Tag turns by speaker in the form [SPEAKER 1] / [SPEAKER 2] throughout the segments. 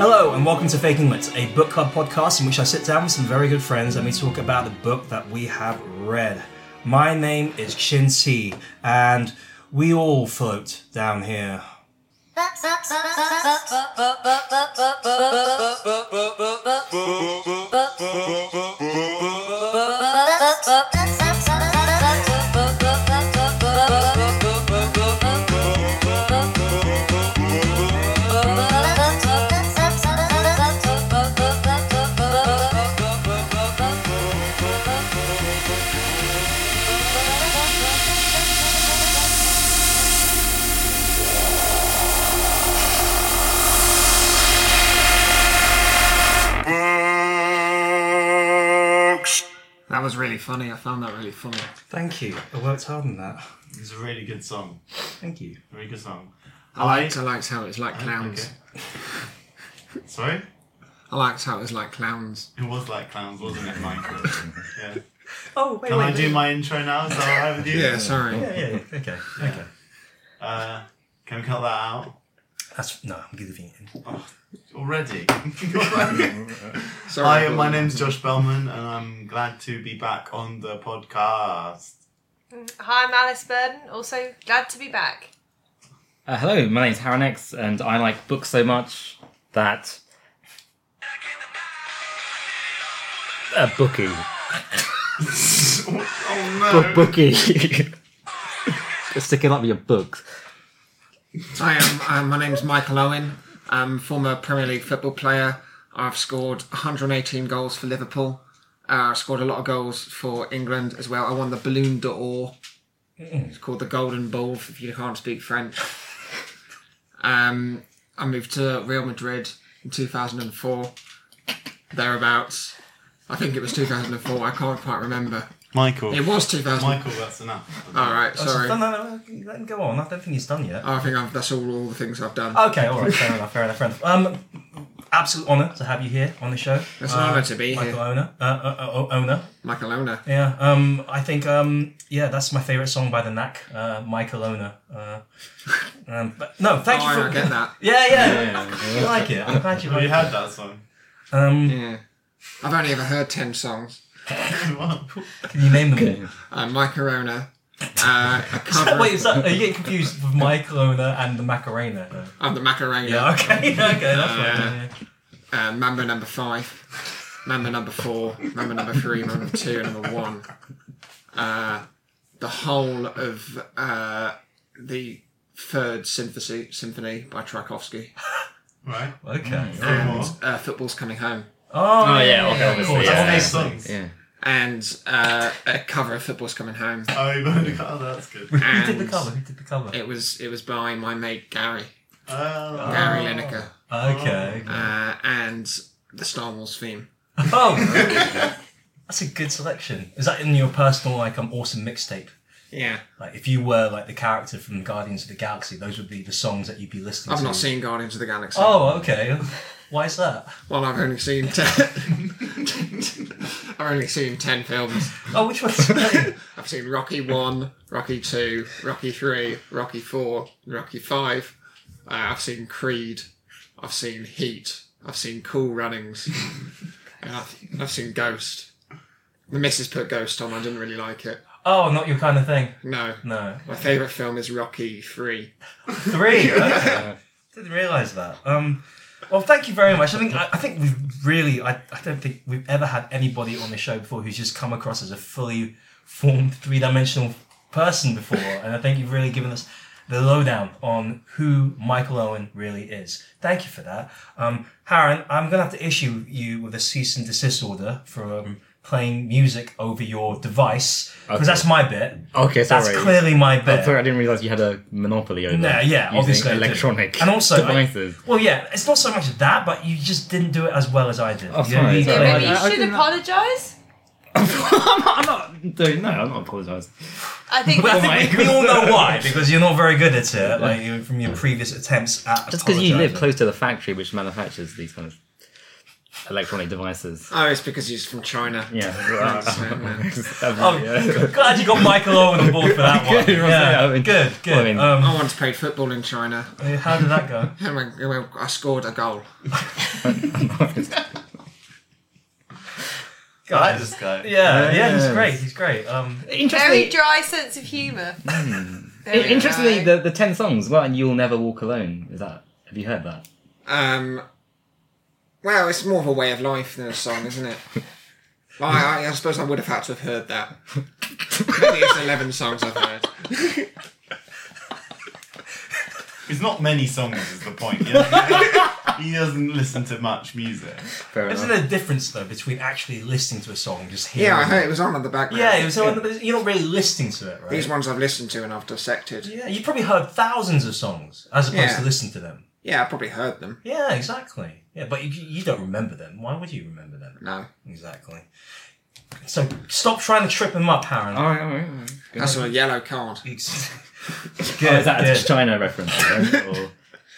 [SPEAKER 1] Hello, and welcome to Faking Lit, a book club podcast in which I sit down with some very good friends and we talk about the book that we have read. My name is Chin Si, and we all float down here.
[SPEAKER 2] That was really funny. I found that really funny.
[SPEAKER 1] Thank you. I worked hard on that.
[SPEAKER 3] It's a really good song.
[SPEAKER 1] Thank you.
[SPEAKER 3] Very good song.
[SPEAKER 2] I liked, I liked how it was like
[SPEAKER 3] Oh,
[SPEAKER 2] clowns.
[SPEAKER 3] Sorry?
[SPEAKER 2] I liked how it was like clowns.
[SPEAKER 3] It was like clowns, wasn't it, Michael? yeah.
[SPEAKER 1] Oh, wait,
[SPEAKER 3] Can I do my intro now? Is that alright with you?
[SPEAKER 2] Yeah, sorry.
[SPEAKER 1] Yeah, yeah, yeah. Okay, okay.
[SPEAKER 3] Uh, can we cut that out?
[SPEAKER 1] That's no. I'm giving it. in.
[SPEAKER 3] Already.
[SPEAKER 2] sorry
[SPEAKER 3] Hi, my name's Josh Bellman, and I'm glad to be back on the podcast.
[SPEAKER 4] Hi, I'm Alice Burden. Also, glad to be back.
[SPEAKER 5] Uh, hello, my name's Harren X, and I like books so much that. A bookie.
[SPEAKER 3] oh no.
[SPEAKER 5] bookie. Sticking up with your books.
[SPEAKER 2] Hi, I'm, uh, my name's Michael Owen. I'm a former Premier League football player. I've scored 118 goals for Liverpool. Uh, I've scored a lot of goals for England as well. I won the Balloon d'Or. It's called the Golden Ball if you can't speak French. Um, I moved to Real Madrid in 2004, thereabouts. I think it was 2004. I can't quite remember.
[SPEAKER 3] Michael.
[SPEAKER 2] It was Uh, 2000.
[SPEAKER 3] Michael, that's enough.
[SPEAKER 2] All right, sorry.
[SPEAKER 1] No, no, no, let him go on. I don't think he's done yet.
[SPEAKER 2] I think I've, that's all, all the things I've
[SPEAKER 3] Uh,
[SPEAKER 2] done.
[SPEAKER 1] Okay, all right, fair enough, fair enough, fair enough. Um, absolute honour to have you here on the show.
[SPEAKER 2] It's an honour to be
[SPEAKER 1] Michael
[SPEAKER 2] here.
[SPEAKER 1] Owner, uh, uh, uh, owner,
[SPEAKER 2] Michael Ona.
[SPEAKER 1] yeah. Um, I think um, yeah, that's my favourite song by the Knack, uh, Michael Owner. Uh, um, but no, thank
[SPEAKER 2] Oh,
[SPEAKER 1] you for
[SPEAKER 2] I get that.
[SPEAKER 1] Yeah, yeah, you like it. I'm glad you
[SPEAKER 3] Oh, you
[SPEAKER 1] like
[SPEAKER 3] had that song.
[SPEAKER 1] it. Um,
[SPEAKER 2] Yeah. I've only ever heard 10 songs.
[SPEAKER 1] can you name them?
[SPEAKER 2] Uh, Michael Ona, uh, a cover
[SPEAKER 1] Wait, is that, are you getting confused with Michael Owner and the Macarena? No.
[SPEAKER 2] of the Macarena,
[SPEAKER 1] Yeah, okay, okay, that's fine. yeah, yeah.
[SPEAKER 2] uh, Mamba number 5, Mamba number 4, Mamba number 3, Mamba number 2, and number 1. Uh, the whole of uh, the Third Symphony, Symphony by Tchaikovsky.
[SPEAKER 3] Right?
[SPEAKER 1] Okay.
[SPEAKER 3] Very
[SPEAKER 2] And
[SPEAKER 3] well.
[SPEAKER 2] uh, Football's Coming Home.
[SPEAKER 1] Oh,
[SPEAKER 5] Oh, yeah, okay,
[SPEAKER 1] of
[SPEAKER 5] obviously,
[SPEAKER 1] course,
[SPEAKER 3] That's
[SPEAKER 5] yeah.
[SPEAKER 1] that's
[SPEAKER 3] nice
[SPEAKER 1] amazing.
[SPEAKER 3] songs.
[SPEAKER 5] Yeah.
[SPEAKER 2] And uh, a cover of Football's Coming Home.
[SPEAKER 3] Oh, you wanted to cut that? That's good.
[SPEAKER 1] Who did the
[SPEAKER 2] And-
[SPEAKER 1] cover? Who did the cover?
[SPEAKER 2] It was it was by my mate Gary,
[SPEAKER 3] Oh.
[SPEAKER 2] Gary Lineker,
[SPEAKER 1] Okay.
[SPEAKER 2] uh, and the Star Wars theme.
[SPEAKER 1] Oh, that's a good selection. Is that in your personal like um awesome mixtape?
[SPEAKER 2] Yeah,
[SPEAKER 1] Like if you were like the character from Guardians of the Galaxy, those would be the songs that you'd be listening
[SPEAKER 2] Mm. I've
[SPEAKER 1] to.
[SPEAKER 2] not seen Guardians of the Galaxy.
[SPEAKER 1] Oh, okay. Why is that?
[SPEAKER 2] Well, I've only seen ten. I've only seen ten films.
[SPEAKER 1] Oh, which one's that?
[SPEAKER 2] I've seen Rocky One, Rocky Two, Rocky Three, Rocky Four, Rocky Five. Uh, I've seen Creed. I've seen Heat. I've seen Cool Runnings. and I've, I've seen Ghost. The missus put Ghost on. I didn't really like it.
[SPEAKER 1] Oh, not your kind of thing.
[SPEAKER 2] No.
[SPEAKER 1] No.
[SPEAKER 2] My favourite film is Rocky Three.
[SPEAKER 1] Three. Okay. Didn't realise that. Um, well, thank you very much. I think I, I think we've really I, I don't think we've ever had anybody on the show before who's just come across as a fully formed three dimensional person before, and I think you've really given us the lowdown on who Michael Owen really is. Thank you for that, um, Harren. I'm gonna have to issue you with a cease and desist order for. Um, Playing music over your device because
[SPEAKER 5] Okay.
[SPEAKER 1] that's my bit.
[SPEAKER 5] Okay,
[SPEAKER 1] That's
[SPEAKER 5] sorry.
[SPEAKER 1] clearly my bit.
[SPEAKER 5] I'm sorry, I didn't realise you had a monopoly over
[SPEAKER 1] No, yeah,
[SPEAKER 5] using
[SPEAKER 1] obviously I did.
[SPEAKER 5] electronic
[SPEAKER 1] And also, I-
[SPEAKER 5] devices.
[SPEAKER 1] Well, yeah, it's not so much that, but you just didn't do it as well as I did.
[SPEAKER 5] Oh,
[SPEAKER 1] You know,
[SPEAKER 5] sorry,
[SPEAKER 1] you
[SPEAKER 5] sorry.
[SPEAKER 1] played-
[SPEAKER 4] Maybe
[SPEAKER 5] I-
[SPEAKER 4] you
[SPEAKER 5] I
[SPEAKER 4] should
[SPEAKER 5] didn't-
[SPEAKER 4] apologise.
[SPEAKER 5] I'm not, I'm not doing, no, I'm not apologising.
[SPEAKER 4] I think
[SPEAKER 1] But I
[SPEAKER 5] Oh my
[SPEAKER 1] think we, we all know why because you're not very good at it, like you- from your previous attempts at.
[SPEAKER 5] Just because you live
[SPEAKER 1] apologising.
[SPEAKER 5] close to the factory which manufactures these kind of. electronic devices.
[SPEAKER 2] Oh, it's because he's from China.
[SPEAKER 5] Yeah.
[SPEAKER 2] So, yeah.
[SPEAKER 5] Oh.
[SPEAKER 1] I'm Oh, glad you got Michael Owen on board for that one.
[SPEAKER 5] Good, right,
[SPEAKER 1] yeah,
[SPEAKER 5] I mean-
[SPEAKER 1] good, good.
[SPEAKER 5] I mean-
[SPEAKER 2] I
[SPEAKER 1] um,
[SPEAKER 2] once played football in China.
[SPEAKER 1] how did that go?
[SPEAKER 2] And I, well, I scored a goal.
[SPEAKER 3] I like
[SPEAKER 1] Guys,
[SPEAKER 3] this guy.
[SPEAKER 1] yeah, yeah, he's
[SPEAKER 5] Yes.
[SPEAKER 1] great. He's great. Um,
[SPEAKER 4] Very
[SPEAKER 5] Interestingly,
[SPEAKER 4] dry sense of humour.
[SPEAKER 5] Hmm.
[SPEAKER 4] There we
[SPEAKER 5] interestingly,
[SPEAKER 4] go.
[SPEAKER 5] the, the ten songs. Well, and you'll never walk alone. Is that? Have you heard that?
[SPEAKER 2] Um, well, it's more of a way of life than a song, isn't it? Well, I, I suppose I would have had to have heard that. Maybe it's 11 songs I've heard.
[SPEAKER 3] It's not many songs, is the point. You know? he doesn't listen to much music.
[SPEAKER 5] Fair
[SPEAKER 1] isn't there a difference though between actually listening to a song and just hearing?
[SPEAKER 2] Yeah, I
[SPEAKER 1] it?
[SPEAKER 2] heard it was on in the background.
[SPEAKER 1] Yeah, it was, so you're not really listening to it, right?
[SPEAKER 2] These ones I've listened to and I've dissected.
[SPEAKER 1] yeah, you probably heard thousands of songs as opposed
[SPEAKER 2] Yeah.
[SPEAKER 1] to listen to them.
[SPEAKER 2] Yeah, I probably heard them.
[SPEAKER 1] Yeah, exactly. Yeah, but you, you don't remember them. Why would you remember them?
[SPEAKER 2] No.
[SPEAKER 1] Exactly. So stop trying to trip him up, Harren.
[SPEAKER 5] All right, all right. All right. Good.
[SPEAKER 2] That's a yellow card.
[SPEAKER 1] Ex-
[SPEAKER 5] Oh, is that a
[SPEAKER 1] Good, good.
[SPEAKER 5] China reference? is it? Or-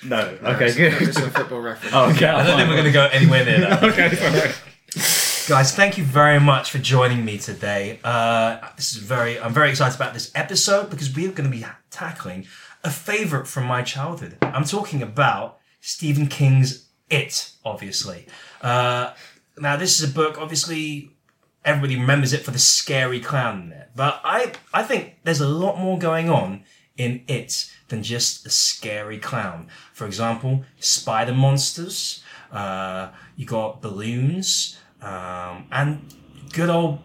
[SPEAKER 5] No. Okay.
[SPEAKER 2] It's
[SPEAKER 5] Good.
[SPEAKER 2] a football reference.
[SPEAKER 5] Oh, okay.
[SPEAKER 1] I don't think we're going to go anywhere near that.
[SPEAKER 5] Okay. Sorry.
[SPEAKER 1] Guys, thank you very much for joining me today. Uh, this is very, I'm very excited about this episode because we're going to be tackling a favorite from my childhood. I'm talking about Stephen King's It, obviously. Uh, now, this is a book, obviously, everybody remembers it for the scary clown in it. But I, I think there's a lot more going on in it than just a scary clown. For example, spider monsters. Uh, you got balloons um, and good old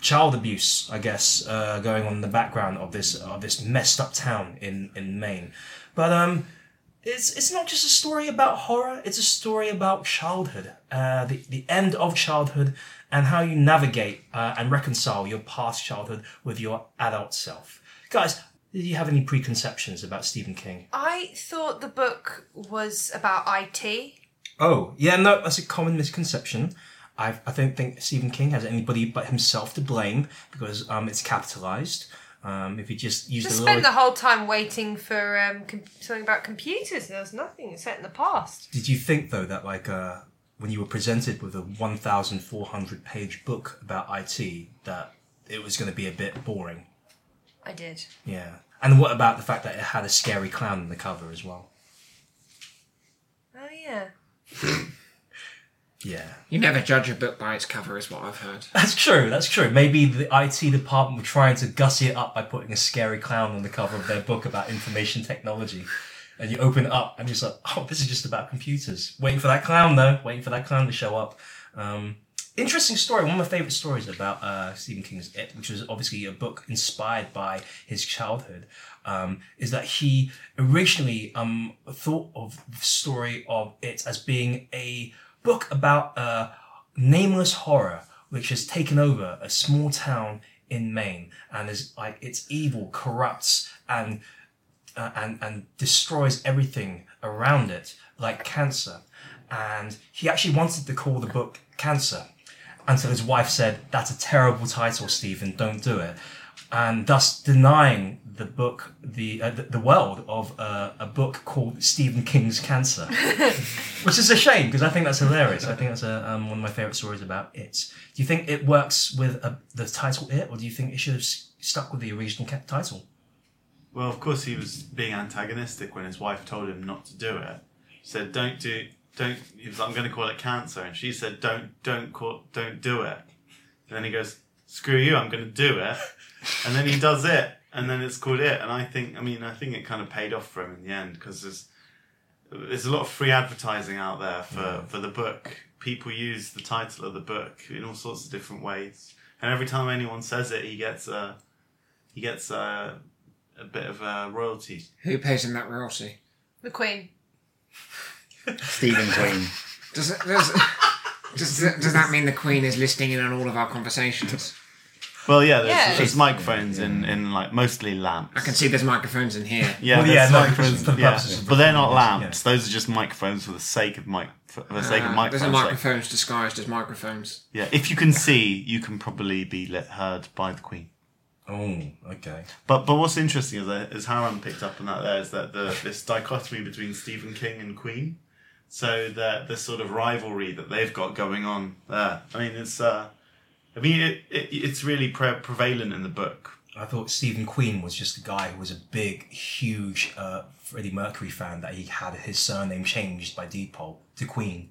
[SPEAKER 1] child abuse, I guess, uh, going on in the background of this of this messed up town in in Maine. But um, it's it's not just a story about horror. It's a story about childhood, uh, the the end of childhood, and how you navigate uh, and reconcile your past childhood with your adult self. Guys, do you have any preconceptions about Stephen King?
[SPEAKER 4] I thought the book was about IT.
[SPEAKER 1] Oh yeah, no, that's a common misconception. I I don't think Stephen King has anybody but himself to blame because um, it's capitalized. Um, if you just use
[SPEAKER 4] Just
[SPEAKER 1] the
[SPEAKER 4] spent
[SPEAKER 1] lower,
[SPEAKER 4] the whole time waiting for um, com- something about computers. There was nothing set in the past.
[SPEAKER 1] Did you think though that like uh, when you were presented with a one thousand four hundred page book about IT that it was going to be a bit boring?
[SPEAKER 4] I did.
[SPEAKER 1] Yeah. And what about the fact that it had a scary clown on the cover as well?
[SPEAKER 4] Oh yeah.
[SPEAKER 1] Yeah.
[SPEAKER 2] You never judge a book by its cover, is what I've heard.
[SPEAKER 1] That's true. That's true. Maybe the IT department were trying to gussy it up by putting a scary clown on the cover of their book about information technology. And you open it up and you're just like, oh, this is just about computers. Waiting for that clown though. Waiting for that clown to show up. Um, interesting story. One of my favorite stories about uh, Stephen King's It, which was obviously a book inspired by his childhood, um, is that he originally um, thought of the story of it as being a book about uh, nameless horror, which has taken over a small town in Maine and is like it's evil, corrupts, and uh, and and destroys everything around it, like cancer. And he actually wanted to call the book Cancer, until his wife said, "That's a terrible title, Stephen. Don't do it." And thus denying the book, the uh, the, the world of uh, a book called Stephen King's Cancer, which is a shame because I think that's hilarious. I think that's a, um, one of my favorite stories about it. Do you think it works with uh the title it, or do you think it should have s- stuck with the original ca- title?
[SPEAKER 3] Well, of course, he was being antagonistic when his wife told him not to do it. She said, "Don't do, don't." He was, like, "I'm going to call it cancer," and she said, "Don't, don't call, don't do it." And then he goes, "Screw you! I'm going to do it." And then he does it, and then it's called it. And I think, I mean, I think it kind of paid off for him in the end because there's there's a lot of free advertising out there for for the book. People use the title of the book in all sorts of different ways, and every time anyone says it, he gets a he gets a a bit of uh, a royalty.
[SPEAKER 2] Who pays him that royalty?
[SPEAKER 4] The Queen.
[SPEAKER 5] Stephen Queen.
[SPEAKER 2] Does, it, does, does, does that mean the Queen is listening in on all of our conversations?
[SPEAKER 3] Well, yeah, there's,
[SPEAKER 4] Yeah.
[SPEAKER 3] there's microphones in in like mostly lamps.
[SPEAKER 2] I can see there's microphones in here.
[SPEAKER 3] Yeah,
[SPEAKER 1] Well, yeah,
[SPEAKER 3] there's
[SPEAKER 1] microphones for the
[SPEAKER 3] yeah.
[SPEAKER 1] purposes of
[SPEAKER 3] but they're not
[SPEAKER 1] recording,
[SPEAKER 3] lamps. Those are just microphones for the sake of mic for the sake of
[SPEAKER 2] Uh,
[SPEAKER 3] microphones.
[SPEAKER 2] there's a
[SPEAKER 3] like-
[SPEAKER 2] microphones disguised as microphones.
[SPEAKER 3] yeah, if you can see, you can probably be let, heard by the Queen.
[SPEAKER 1] Oh, okay.
[SPEAKER 3] But but what's interesting is that, is Haran picked up on that there is that the this dichotomy between Stephen King and Queen. So the the sort of rivalry that they've got going on there. I mean, it's uh, I mean, it, it it's really pre- prevalent in the book.
[SPEAKER 1] I thought Stephen Queen was just a guy who was a big, huge uh, Freddie Mercury fan that he had his surname changed by deed poll to Queen.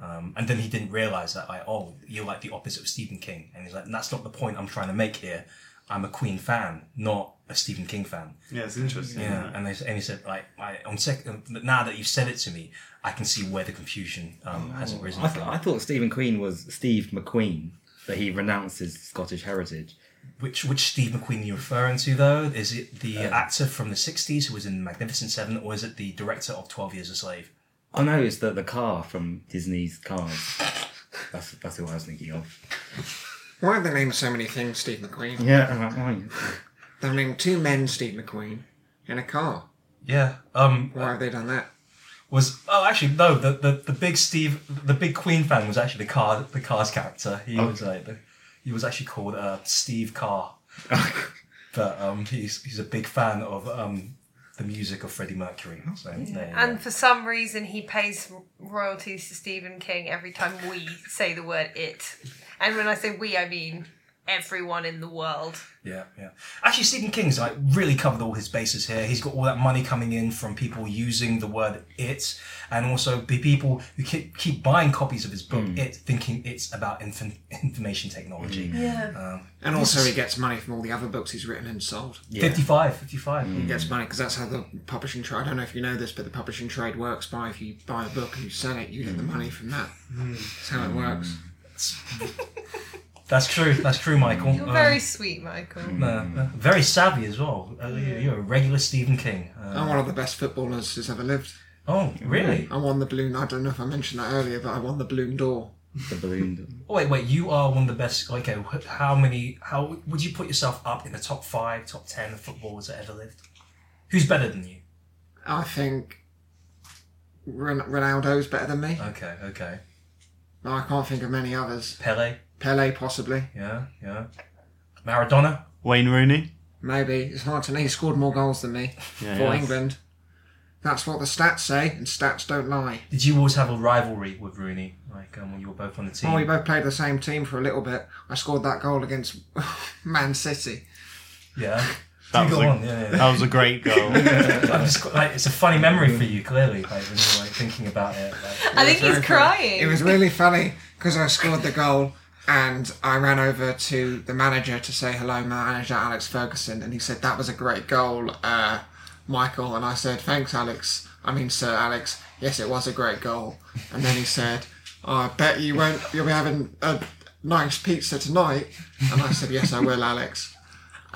[SPEAKER 1] Um, and then he didn't realize that, like, oh, you're like the opposite of Stephen King. And he's like, that's not the point I'm trying to make here. I'm a Queen fan, not a Stephen King fan.
[SPEAKER 3] Yeah, it's interesting.
[SPEAKER 1] Yeah.
[SPEAKER 5] Hmm.
[SPEAKER 3] isn't it?
[SPEAKER 1] And, they, and he said, like, I, on sec- now that you've said it to me, I can see where the confusion um, has arisen
[SPEAKER 5] Oh, I,
[SPEAKER 1] from.
[SPEAKER 5] th- I thought Stephen Queen was Steve McQueen, that he renounced his Scottish heritage.
[SPEAKER 1] Which which Steve McQueen are you referring to though? Is it the actor from the '60s who was in Magnificent Seven, or is it the director of Twelve Years a Slave?
[SPEAKER 5] Oh no, it's the, the car from Disney's Cars. That's that's who I was thinking of.
[SPEAKER 2] Why have they named so many things Steve McQueen?
[SPEAKER 5] Yeah, I'm like, why?
[SPEAKER 2] They've named two men Steve McQueen in a car.
[SPEAKER 1] Yeah. Um.
[SPEAKER 2] Why have they done that?
[SPEAKER 1] Was oh actually no the, the, the big Steve the big Queen fan was actually the car the Cars character. He was like the, he was actually called uh, Steve Carr, but um he's he's a big fan of um the music of Freddie Mercury. So there you go.
[SPEAKER 4] And for some reason, he pays royalties to Stephen King every time we say the word it. And when I say we, I mean everyone in the world.
[SPEAKER 1] Yeah, yeah. Actually, Stephen King's like really covered all his bases here. He's got all that money coming in from people using the word "it," and also the people who keep, keep buying copies of his book "It," thinking it's about infin- information technology.
[SPEAKER 2] And also, he gets money from all the other books he's written and sold.
[SPEAKER 5] Yeah.
[SPEAKER 1] 55, 55.
[SPEAKER 2] He gets money because that's how the publishing trade. I don't know if you know this, but the publishing trade works by if you buy a book and you sell it, you get the money from that. That's how it works.
[SPEAKER 1] That's true. That's true, Michael.
[SPEAKER 4] You're
[SPEAKER 1] Um,
[SPEAKER 4] very sweet, Michael.
[SPEAKER 1] uh, uh, very savvy as well. Uh, you- You're a regular Stephen King. Uh,
[SPEAKER 2] I'm one of the best footballers who's ever lived.
[SPEAKER 1] oh, really?
[SPEAKER 2] I won the balloon. I don't know if I mentioned that earlier, but I won the balloon door.
[SPEAKER 5] The balloon.
[SPEAKER 1] Oh, wait, wait. You are one of the best. Okay, wh- how many? How would you put yourself up in the top five, top ten footballers that ever lived? Who's better than you?
[SPEAKER 2] I think Ron- Ronaldo's better than me.
[SPEAKER 1] Okay, okay.
[SPEAKER 2] No, I can't think of many others.
[SPEAKER 1] Pele,
[SPEAKER 2] Pele, possibly.
[SPEAKER 1] yeah, yeah. Maradona.
[SPEAKER 3] Wayne Rooney.
[SPEAKER 2] Maybe. It's hard to know. He scored more goals than me
[SPEAKER 3] Yeah,
[SPEAKER 2] for
[SPEAKER 3] yeah.
[SPEAKER 2] England. That's what the stats say, and stats don't lie.
[SPEAKER 1] Did you always have a rivalry with Rooney? Like um, when you were both on the team?
[SPEAKER 2] Well, Oh, we both played the same team for a little bit. I scored that goal against Man City.
[SPEAKER 1] yeah.
[SPEAKER 3] That
[SPEAKER 1] You
[SPEAKER 3] was
[SPEAKER 1] go
[SPEAKER 3] a-
[SPEAKER 1] on. Yeah, yeah.
[SPEAKER 3] That was a great goal.
[SPEAKER 1] I'm just, like, it's a funny memory for you, clearly. Like when you're like thinking about it. Like,
[SPEAKER 4] I think he's
[SPEAKER 2] Very funny.
[SPEAKER 4] crying.
[SPEAKER 2] It was really funny because I scored the goal and I ran over to the manager to say hello, manager Alex Ferguson, and he said that was a great goal, uh, Michael. And I said thanks, Alex. I mean, Sir Alex. Yes, it was a great goal. And then he said, "Oh, I bet you won't. You'll be having a nice pizza tonight. And I said, Yes, I will, Alex.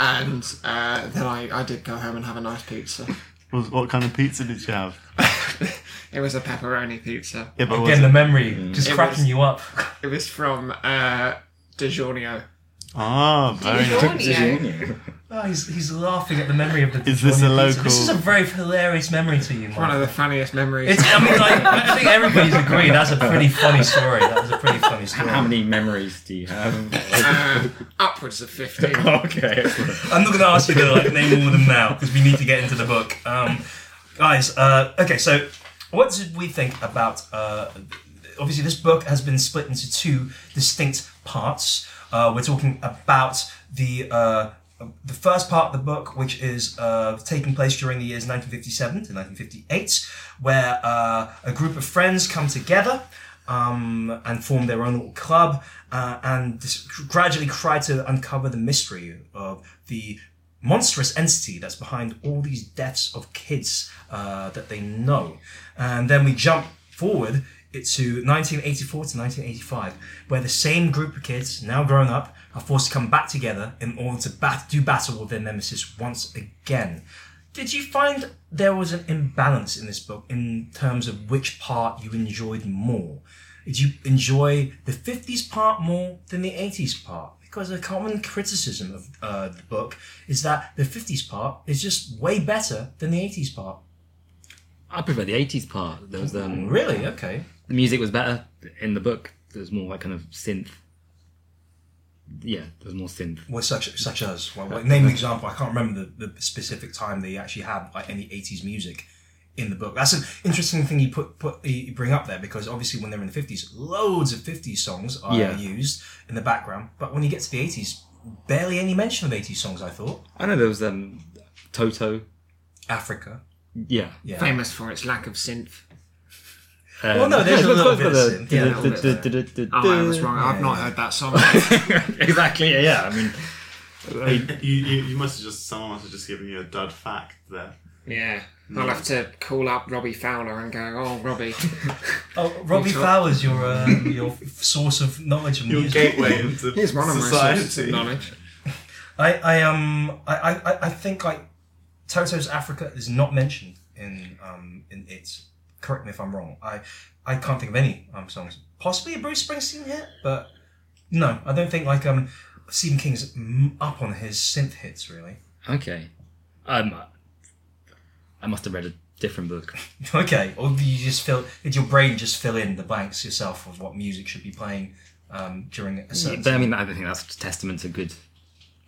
[SPEAKER 2] And uh, then I, I did go home and have a nice pizza.
[SPEAKER 3] Was- what kind of pizza did you have?
[SPEAKER 2] It was a pepperoni pizza.
[SPEAKER 3] Yeah, but was
[SPEAKER 1] Again, the
[SPEAKER 3] it- Mm.
[SPEAKER 1] memory just
[SPEAKER 2] It
[SPEAKER 1] cracking
[SPEAKER 2] was-
[SPEAKER 1] you up.
[SPEAKER 2] It was from uh, DiGiorno.
[SPEAKER 3] ah, very
[SPEAKER 4] He's
[SPEAKER 3] nice.
[SPEAKER 4] Audio.
[SPEAKER 1] Oh, he's, he's laughing at the memory of the.
[SPEAKER 3] Is this a
[SPEAKER 1] Johnny Pizza. This
[SPEAKER 3] local-
[SPEAKER 1] is a very hilarious memory to you,
[SPEAKER 2] One of
[SPEAKER 1] Mike.
[SPEAKER 2] the funniest memories.
[SPEAKER 1] It's, I mean, like, I think everybody's agreed. That's a pretty funny story. That was a pretty funny story.
[SPEAKER 5] How many memories do you have?
[SPEAKER 2] uh, upwards of 15.
[SPEAKER 5] okay.
[SPEAKER 1] I'm not going to ask you to like name all of them now because we need to get into the book. Um, guys, uh, okay, so what did we think about? Uh, obviously, this book has been split into two distinct parts. Uh, we're talking about the uh, the first part of the book, which is uh, taking place during the years 1957 to 1958, where uh, a group of friends come together um, and form their own little club uh, and just gradually try to uncover the mystery of the monstrous entity that's behind all these deaths of kids uh, that they know. And then we jump forward it- to 1984 to 1985, where the same group of kids, now grown up, are forced to come back together in order to bat- do battle with their nemesis once again. Did you find there was an imbalance in this book in terms of which part you enjoyed more? Did you enjoy the 50s part more than the 80s part? Because a common criticism of uh, the book is that the 50s part is just way better than the 80s part.
[SPEAKER 5] I prefer the 80s part. There was um,
[SPEAKER 1] Really? Okay.
[SPEAKER 5] the music was better in the book. There was more like kind of synth. Yeah, there was more synth.
[SPEAKER 1] Well, such such as well, well, name an example. I can't remember the, the specific time they actually had like any 80s music in the book. That's an interesting thing you put put you bring up there because obviously when they're in the fifties, loads of fifties songs are
[SPEAKER 5] Yeah.
[SPEAKER 1] used in the background. But when you get to the eighties, barely any mention of eighties songs. I thought
[SPEAKER 5] I know there was um, Toto.
[SPEAKER 1] Africa.
[SPEAKER 5] Yeah.
[SPEAKER 1] Yeah.
[SPEAKER 2] Famous for its lack of synth.
[SPEAKER 5] Um,
[SPEAKER 1] Well, no, there's a little bit of synth, yeah, a
[SPEAKER 2] little bit of Oh, I was wrong. I've not heard that song.
[SPEAKER 5] exactly. Yeah, yeah. I mean,
[SPEAKER 3] you, you, you must have just someone must have just given you a dud fact there.
[SPEAKER 2] yeah. I'll have to call up Robbie Fowler and go, oh, Robbie.
[SPEAKER 1] Oh, Robbie
[SPEAKER 2] Sure.
[SPEAKER 1] Fowler's your uh, your source of knowledge of
[SPEAKER 3] Your
[SPEAKER 1] music.
[SPEAKER 3] gateway into
[SPEAKER 2] Here's one of my sources of
[SPEAKER 3] society.
[SPEAKER 2] knowledge.
[SPEAKER 1] I I um I I, I- I think like Toto's Africa is not mentioned in um in its. Correct me if I'm wrong. I I can't think of any um songs. Possibly a Bruce Springsteen hit, but no, I don't think like um Stephen King's m- up on his synth hits really.
[SPEAKER 5] okay. Um, I must have read a different book.
[SPEAKER 1] Okay, or do you just fill? Did your brain just fill in the blanks yourself of what music should be playing um during a certain?
[SPEAKER 5] But I mean, I think that's testament to good,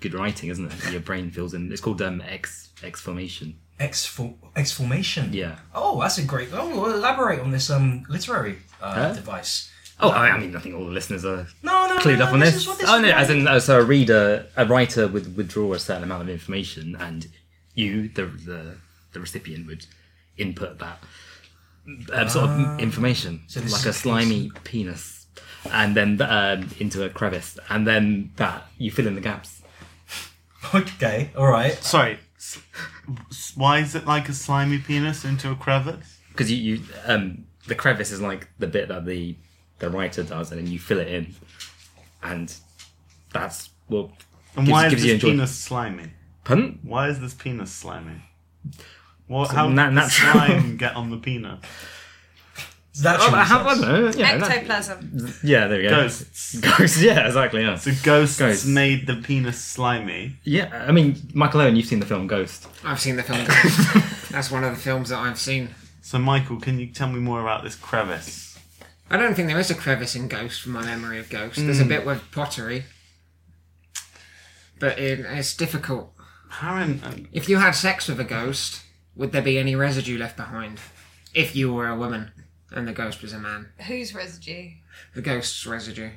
[SPEAKER 5] good writing, isn't it? Your brain fills in. It's called um, ex exclamation.
[SPEAKER 1] X formation.
[SPEAKER 5] Yeah.
[SPEAKER 1] Oh, that's a great. Oh, we'll elaborate on this um literary uh,
[SPEAKER 5] Huh?
[SPEAKER 1] device.
[SPEAKER 5] Oh, I I mean, I think all the listeners are
[SPEAKER 1] No, no,
[SPEAKER 5] clued
[SPEAKER 1] no,
[SPEAKER 5] up on
[SPEAKER 1] this
[SPEAKER 5] this.
[SPEAKER 1] is what this
[SPEAKER 5] oh
[SPEAKER 1] is
[SPEAKER 5] no,
[SPEAKER 1] like.
[SPEAKER 5] as in, oh, so a reader, a writer would withdraw a certain amount of information, and you, the the, the recipient, would input that um, sort of information,
[SPEAKER 1] Ah. so this
[SPEAKER 5] like
[SPEAKER 1] is
[SPEAKER 5] a
[SPEAKER 1] a
[SPEAKER 5] slimy penis, and then um, into a crevice, and then that you fill in the gaps.
[SPEAKER 1] Okay, all right.
[SPEAKER 3] Sorry, s- s- why is it like a slimy penis into a crevice?
[SPEAKER 5] because you, you um the crevice is like the bit that the the writer does and then you fill it in and that's well
[SPEAKER 3] And
[SPEAKER 5] Gives-
[SPEAKER 3] why is
[SPEAKER 5] gives you
[SPEAKER 3] this
[SPEAKER 5] enjoy-
[SPEAKER 3] penis slimy?
[SPEAKER 5] pun
[SPEAKER 3] Why is this penis slimy? What? How
[SPEAKER 5] na-
[SPEAKER 3] did the
[SPEAKER 5] natural.
[SPEAKER 3] slime get on the penis?
[SPEAKER 1] So that's
[SPEAKER 5] oh,
[SPEAKER 1] your
[SPEAKER 5] I have, I
[SPEAKER 1] response.
[SPEAKER 5] don't know, yeah, that-
[SPEAKER 4] Ectoplasm.
[SPEAKER 5] yeah there we go
[SPEAKER 3] Ghosts.
[SPEAKER 5] Ghosts, yeah exactly yeah.
[SPEAKER 3] So ghosts,
[SPEAKER 5] Ghosts.
[SPEAKER 3] made the penis slimy.
[SPEAKER 5] yeah I mean Michael Owen you've seen the film Ghost
[SPEAKER 2] I've seen the film. Ghost. That's one of the films that I've seen.
[SPEAKER 3] So Michael, can you tell me more about this crevice?
[SPEAKER 2] I don't think there is a crevice in Ghost from my memory of Ghost. There's a bit with pottery. But it, it's difficult.
[SPEAKER 3] Apparent. um,
[SPEAKER 2] If you had sex with a ghost, would there be any residue left behind? If you were a woman and the ghost was a man.
[SPEAKER 4] Whose residue?
[SPEAKER 2] The ghost's residue.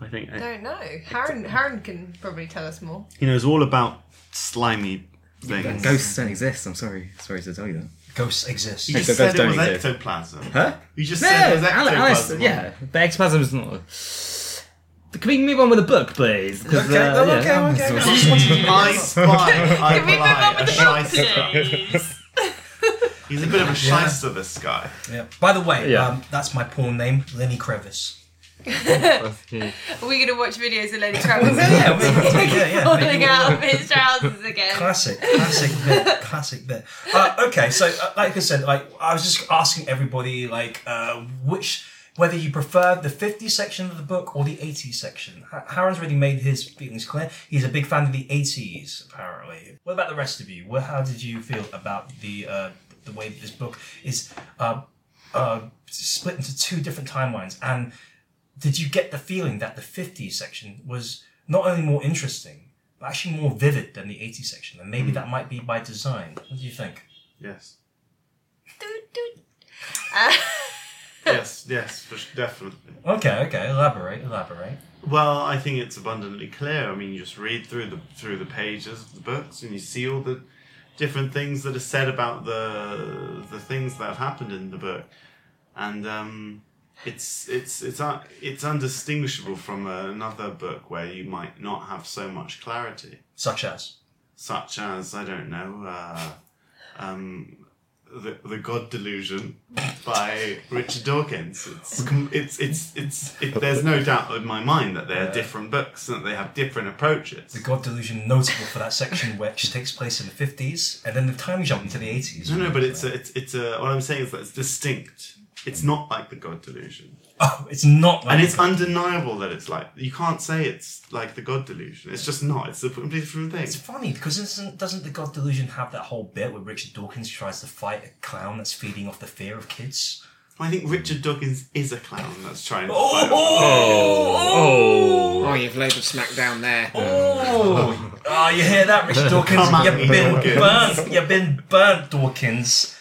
[SPEAKER 3] I think uh, I-
[SPEAKER 4] Don't know. Harren Harren can probably tell us more.
[SPEAKER 3] he knows all about slimy things.
[SPEAKER 5] ghosts don't exist I'm sorry sorry to tell you that
[SPEAKER 1] Ghosts exist.
[SPEAKER 3] You
[SPEAKER 5] Hey,
[SPEAKER 3] just
[SPEAKER 5] so
[SPEAKER 3] said
[SPEAKER 5] ghosts
[SPEAKER 3] it was
[SPEAKER 5] don't exist.
[SPEAKER 3] ectoplasm.
[SPEAKER 5] huh
[SPEAKER 3] You just said it
[SPEAKER 5] yeah
[SPEAKER 3] was
[SPEAKER 5] Ale- Alice,
[SPEAKER 3] ectoplasm.
[SPEAKER 5] yeah the ectoplasm is not a... can we move on with the book please 'Cause,
[SPEAKER 1] Okay,
[SPEAKER 5] uh,
[SPEAKER 1] okay,
[SPEAKER 5] yeah.
[SPEAKER 1] okay,
[SPEAKER 5] Sorry.
[SPEAKER 1] okay.
[SPEAKER 3] I spy. I
[SPEAKER 4] Can we move on
[SPEAKER 3] rely a
[SPEAKER 4] with the book,
[SPEAKER 3] shyster.
[SPEAKER 4] please?
[SPEAKER 3] He's a bit of a shyster, this guy.
[SPEAKER 1] Yeah. By the way,
[SPEAKER 5] Yeah.
[SPEAKER 1] um, that's my porn name, Lenny Crevice.
[SPEAKER 4] Are we going to watch videos of Lady Travis
[SPEAKER 1] Yeah, yeah, yeah, yeah.
[SPEAKER 4] pulling out of his trousers again?
[SPEAKER 1] classic, classic bit, classic bit. Uh, okay, so uh, like I said, like I was just asking everybody, like uh, which whether you prefer the 50s section of the book or the 80s section. Ha- Harron's already made his feelings clear. He's a big fan of the 80s, apparently. What about the rest of you? Well, how did you feel about the uh, the way this book is uh, uh, split into two different timelines and did you get the feeling that the 50s section was not only more interesting, but actually more vivid than the 80s section? And
[SPEAKER 3] Hmm.
[SPEAKER 1] maybe that might be by design. What do you think?
[SPEAKER 3] Yes.
[SPEAKER 4] Doot, doot. Uh,
[SPEAKER 3] Yes, yes, for sh- definitely.
[SPEAKER 1] Okay, okay, elaborate, elaborate.
[SPEAKER 3] Well, I think it's abundantly clear. I mean, you just read through the through the pages of the books, and you see all the different things that are said about the the things that have happened in the book, and um, it's it's it's un- it's undistinguishable from another book where you might not have so much clarity,
[SPEAKER 1] Such as.
[SPEAKER 3] such as I don't know, uh, um, the the God Delusion by Richard Dawkins. It's com- it's it's it's it, there's no doubt in my mind that they're different books and that they have different approaches.
[SPEAKER 1] The God Delusion, notable for that section which takes place in the 50s, and then the time jump into the 80s.
[SPEAKER 3] No, no, but it's a, it's it's a, what I'm saying is that it's distinct. It's not like the God Delusion,
[SPEAKER 1] Oh, it's not like.
[SPEAKER 3] and it's undeniable that it's like you can't say it's like the God Delusion. It's just not. It's a completely different thing.
[SPEAKER 1] It's funny because isn't, doesn't the God Delusion have that whole bit where Richard Dawkins tries to fight a clown that's feeding off the fear of kids?
[SPEAKER 3] I think Richard Dawkins is a clown that's trying to.
[SPEAKER 1] Oh,
[SPEAKER 3] fight
[SPEAKER 1] oh,
[SPEAKER 2] Oh, you've loaded smack down there.
[SPEAKER 1] Oh, oh, you hear that, Richard Dawkins?
[SPEAKER 3] Come at
[SPEAKER 1] You've
[SPEAKER 3] me,
[SPEAKER 1] been
[SPEAKER 3] Dawkins.
[SPEAKER 1] burnt. You've been burnt, Dawkins.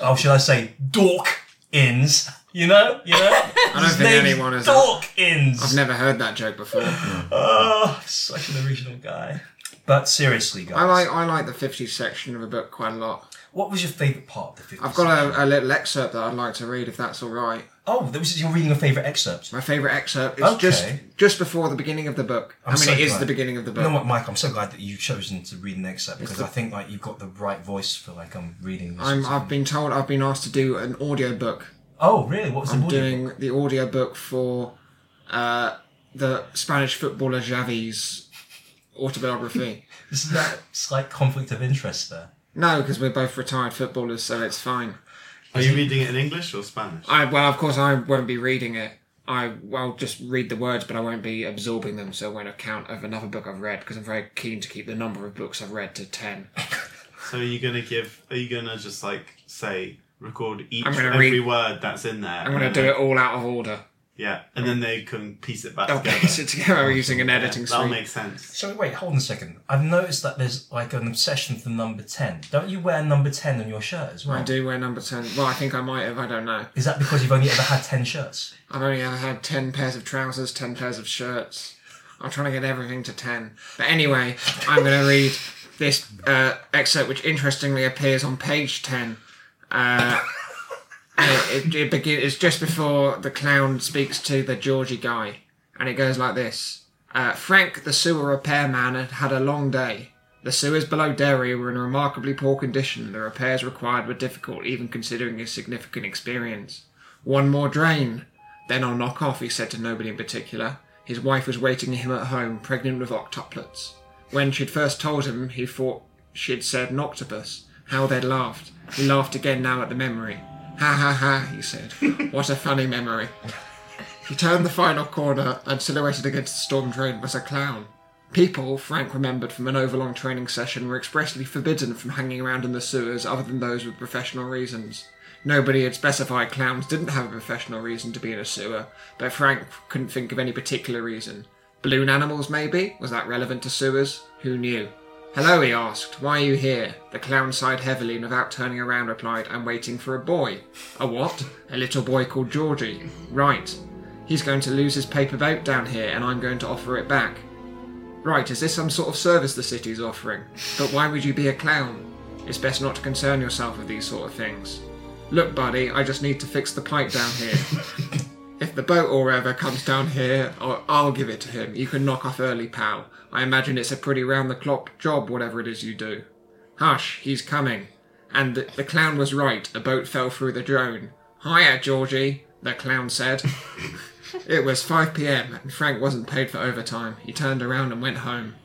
[SPEAKER 1] oh, should I say Dork Inns? You know, you know. I
[SPEAKER 2] don't think anyone has-
[SPEAKER 1] Dork Inns.
[SPEAKER 2] I've never heard that joke before.
[SPEAKER 1] Oh, such an original guy. But seriously, guys,
[SPEAKER 2] I like I like the 50s section of a book quite a lot.
[SPEAKER 1] what was your favourite part of the 50s?
[SPEAKER 2] I've got a, a little excerpt that I'd like to read if that's all right.
[SPEAKER 1] Oh, that was you're reading your favourite excerpt.
[SPEAKER 2] My favourite excerpt is
[SPEAKER 1] Okay.
[SPEAKER 2] just just before the beginning of the book. i
[SPEAKER 1] I'm
[SPEAKER 2] mean,
[SPEAKER 1] so
[SPEAKER 2] it is
[SPEAKER 1] glad.
[SPEAKER 2] the beginning of the book.
[SPEAKER 1] You know what, Mike? I'm so glad that you've chosen to read an excerpt because I think like you've got the right voice for like I'm reading this.
[SPEAKER 2] I'm, I've been told I've been asked to do an audio book.
[SPEAKER 1] oh, really? What was the
[SPEAKER 2] I'm
[SPEAKER 1] audio?
[SPEAKER 2] doing the audio book for uh, the Spanish footballer Xavi's autobiography.
[SPEAKER 1] Is that slight conflict of interest there?
[SPEAKER 2] no, because we're both retired footballers, so it's fine.
[SPEAKER 3] Are you reading it in English or Spanish?
[SPEAKER 2] I well, of course, I won't be reading it. I will just read the words, but I won't be absorbing them. So it won't account of another book I've read because I'm very keen to keep the number of books I've read to ten.
[SPEAKER 3] So are you gonna give? Are you gonna just like say record each
[SPEAKER 2] I'm gonna
[SPEAKER 3] every
[SPEAKER 2] read-
[SPEAKER 3] word that's in there?
[SPEAKER 2] I'm going to do it all out of order.
[SPEAKER 3] Yeah, and then they can piece it back
[SPEAKER 2] I'll
[SPEAKER 3] together.
[SPEAKER 2] piece it together using an
[SPEAKER 3] Oh, Yeah,
[SPEAKER 2] editing
[SPEAKER 3] that'll
[SPEAKER 2] suite.
[SPEAKER 3] make sense.
[SPEAKER 1] So wait, hold on a second. I've noticed that there's like an obsession for number ten. Don't you wear number ten on your shirt as well?
[SPEAKER 2] I do wear number ten. Well, I think I might have. I don't know.
[SPEAKER 1] Is that because you've only ever had ten shirts?
[SPEAKER 2] I've only ever had 10 pairs of trousers, 10 pairs of shirts. I'm trying to get everything to 10. But anyway, I'm going to read this uh, excerpt, which interestingly appears on page 10. Uh, and it, it, it begin, it's just before the clown speaks to the Georgie guy, and it goes like this uh, Frank, the sewer repairman, had had a long day. The sewers below Derry were in remarkably poor condition. The repairs required were difficult, even considering his significant experience. One more drain, then I'll knock off, he said to nobody in particular. His wife was waiting him at home, pregnant with octuplets. When she'd first told him, he thought she'd said an octopus. How they'd laughed. He laughed again now at the memory. Ha ha ha, he said. What a funny memory. He turned the final corner and silhouetted against the storm drain was a clown. People, Frank remembered from an overlong training session, were expressly forbidden from hanging around in the sewers other than those with professional reasons. Nobody had specified clowns didn't have a professional reason to be in a sewer, but Frank couldn't think of any particular reason. Balloon animals, maybe? Was that relevant to sewers? Who knew? Hello, he asked. Why are you here? The clown sighed heavily and without turning around replied, I'm waiting for a boy. A what? A little boy called Georgie. Right. He's going to lose his paper boat down here and I'm going to offer it back. Right, is this some sort of service the city's offering? But why would you be a clown? It's best not to concern yourself with these sort of things. Look, buddy, I just need to fix the pipe down here. if the boat or ever comes down here, I'll, I'll give it to him. You can knock off early, pal. I imagine it's a pretty round the clock job, whatever it is you do. Hush, he's coming. And the, the clown was right, a boat fell through the drone. Hiya, Georgie, the clown said. it was 5 pm, and Frank wasn't paid for overtime. He turned around and went home.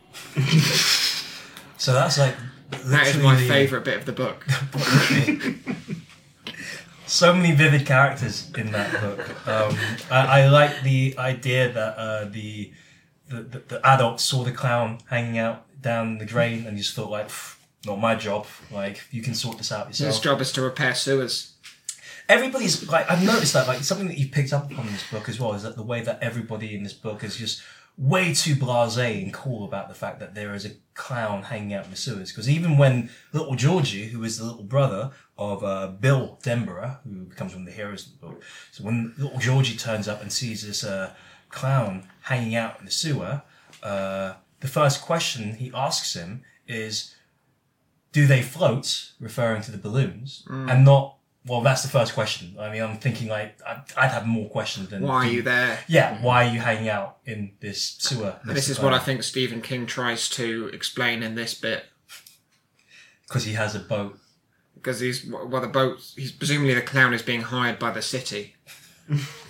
[SPEAKER 1] So that's like
[SPEAKER 2] That is
[SPEAKER 1] literally
[SPEAKER 2] my
[SPEAKER 1] the- uh,
[SPEAKER 2] favourite bit of the book.
[SPEAKER 1] so many vivid characters in that book. Um, I, I like the idea that uh, the, the, the the adult saw the clown hanging out down the drain and just thought like, "Pff, not my job. Like you can sort this out yourself.
[SPEAKER 2] His job is to repair sewers.
[SPEAKER 1] everybody's like I've noticed that like something that you've picked up upon in this book as well is that the way that everybody in this book is just way too blasé and cool about the fact that there is a clown hanging out in the sewers because even when little Georgie who is the little brother of uh, Bill Denborough who becomes one of the heroes of the book so when little Georgie turns up and sees this uh, clown hanging out in the sewer uh, the first question he asks him is do they float, referring to the balloons,
[SPEAKER 2] Mm.
[SPEAKER 1] and not, well, that's the first question. I mean, I'm thinking like, I'd, I'd have more questions than.
[SPEAKER 2] Why are you there?
[SPEAKER 1] Yeah, why are you hanging out in this sewer?
[SPEAKER 2] This is what I think Stephen King tries to explain in this bit.
[SPEAKER 1] Because he has a boat.
[SPEAKER 2] because he's well the boat he's presumably the clown is being hired by the city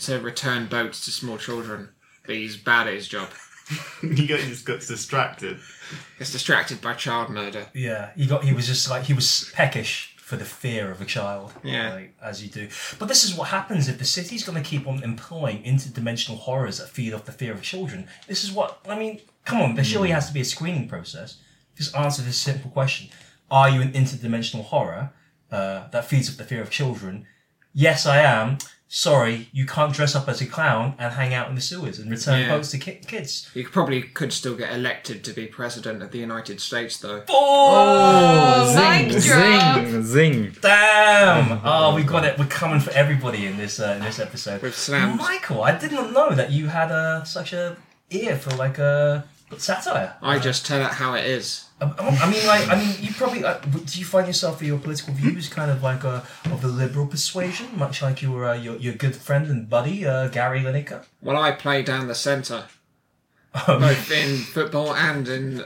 [SPEAKER 2] to return boats to small children but he's bad at his job
[SPEAKER 3] you got just got distracted.
[SPEAKER 2] gets distracted by child murder
[SPEAKER 1] Yeah, he got, he was just like, he was peckish for the fear of a child.
[SPEAKER 2] Yeah.
[SPEAKER 1] Like, as you do. But this is what happens if the city's going to keep on employing interdimensional horrors that feed off the fear of children. This is what, I mean, come on, there
[SPEAKER 2] Hmm.
[SPEAKER 1] surely has to be a screening process. Just answer this simple question Are you an interdimensional horror? uh, that feeds up the fear of children. Yes, I am. sorry, you can't dress up as a clown and hang out in the sewers and return
[SPEAKER 2] Yeah.
[SPEAKER 1] votes to ki- kids.
[SPEAKER 2] You probably could still get elected to be president of the United States, though.
[SPEAKER 1] Oh,
[SPEAKER 4] Mic drop.
[SPEAKER 5] Zing, zing.
[SPEAKER 1] damn! Oh, we got it. We're coming for everybody in this uh, in this episode.
[SPEAKER 2] We've slammed.
[SPEAKER 1] Michael, I did not know that you had uh, such a ear for like uh, satire.
[SPEAKER 2] I just tell it how it is.
[SPEAKER 1] Um, I mean, like, I mean, you probably uh, do. You find yourself for your political views kind of like uh, of the liberal persuasion, much like your uh, your your good friend and buddy uh, Gary Lineker.
[SPEAKER 2] Well, I play down the centre,
[SPEAKER 1] Um,
[SPEAKER 2] both in football and in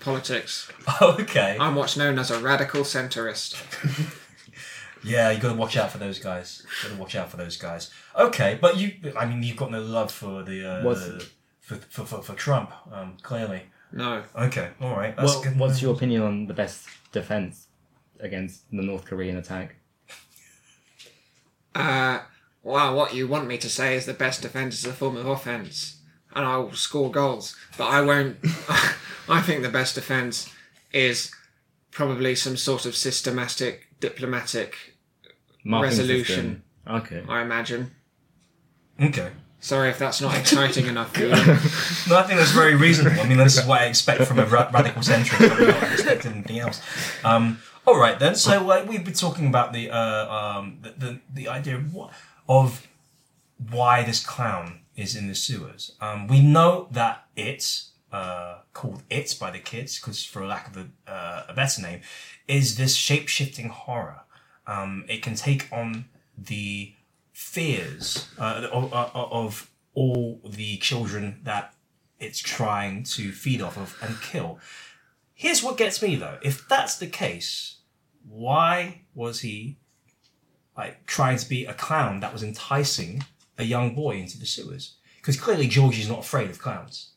[SPEAKER 2] politics.
[SPEAKER 1] okay,
[SPEAKER 2] I'm what's known as a radical centrist.
[SPEAKER 1] yeah, you got to watch out for those guys. Got to watch out for those guys. Okay, but you, I mean, you've got no love for the, uh,
[SPEAKER 5] What's-
[SPEAKER 1] the- for, for, for for Trump, um, clearly.
[SPEAKER 2] No,
[SPEAKER 1] Okay, all right, that's
[SPEAKER 5] Well,
[SPEAKER 1] good.
[SPEAKER 5] what's your opinion on the best defense against the North Korean attack?
[SPEAKER 2] Uh, well, what you want me to say is the best defence is a form of offence, and I will score goals, but I won't. I think the best defence is probably some sort of systematic diplomatic,
[SPEAKER 5] Marking
[SPEAKER 2] Resolution.
[SPEAKER 5] system. Okay.
[SPEAKER 2] I imagine.
[SPEAKER 1] Okay.
[SPEAKER 2] Sorry if that's not exciting enough for you.
[SPEAKER 1] No, I think that's very reasonable. I mean, this is what I expect from a ra- radical centric. I'm not expecting anything else. Um, all right then. So uh, we've been talking about the, uh, um, the the the idea of, what, of why this clown is in the sewers. Um, we know that it's uh, called it by the kids because, for lack of a, uh, a better name, is this shape shifting horror. Um, it can take on the fears uh, of, of all the children that it's trying to feed off of and kill. Here's what gets me though. If that's the case, why was he like trying to be a clown that was enticing a young boy into the sewers? Because clearly Georgie's not afraid of clowns.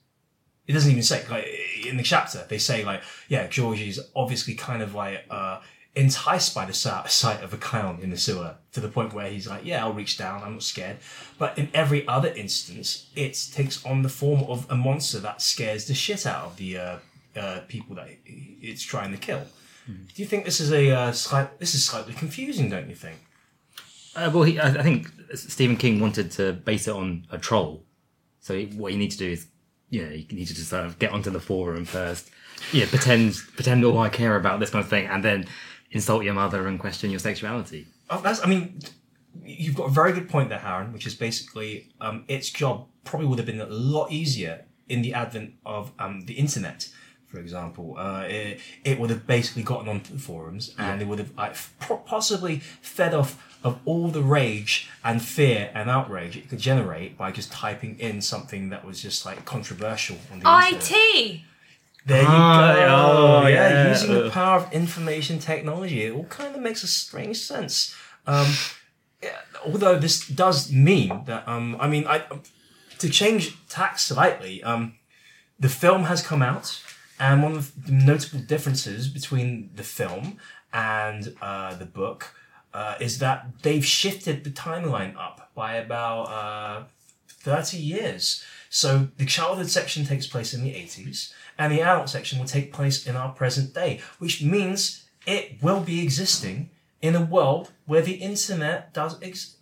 [SPEAKER 1] It doesn't even say like in the chapter they say like yeah Georgie's obviously kind of like uh, enticed by the si- sight of a clown in the sewer to the point where he's like yeah I'll reach down I'm not scared. But in every other instance, it takes on the form of a monster that scares the shit out of the uh, uh, people that it- it's trying to kill. Do you think this is a uh, slight? This is slightly confusing, don't you think?
[SPEAKER 5] Uh, well, he, I, I think Stephen King wanted to base it on a troll. So he- what you need to do is, you know, you need to just sort of get onto the forum first. Yeah, pretend, pretend, oh, I care about this kind of thing, and then insult your mother and question your sexuality.
[SPEAKER 1] Oh, that's, I mean, you've got a very good point there, Harren, which is basically um, its job probably would have been a lot easier in the advent of um, the internet, for example. Uh, it, it would have basically gotten onto the forums and it would have like, pro- possibly fed off of all the rage and fear and outrage it could generate by just typing in something that was just like controversial on the internet.
[SPEAKER 4] IT.
[SPEAKER 1] There you go.
[SPEAKER 5] Ah, oh,
[SPEAKER 1] yeah,
[SPEAKER 5] yeah.
[SPEAKER 1] using the
[SPEAKER 5] Ugh.
[SPEAKER 1] power of information technology, it all kind of makes a strange sense. Um, yeah, although this does mean that, um, I mean, I to change tack slightly. Um, the film has come out, and one of the notable differences between the film and uh, the book uh, is that they've shifted the timeline up by about uh, 30 years. So the childhood section takes place in the 80s, and the adult section will take place in our present day, which means it will be existing in a world where the internet does ex-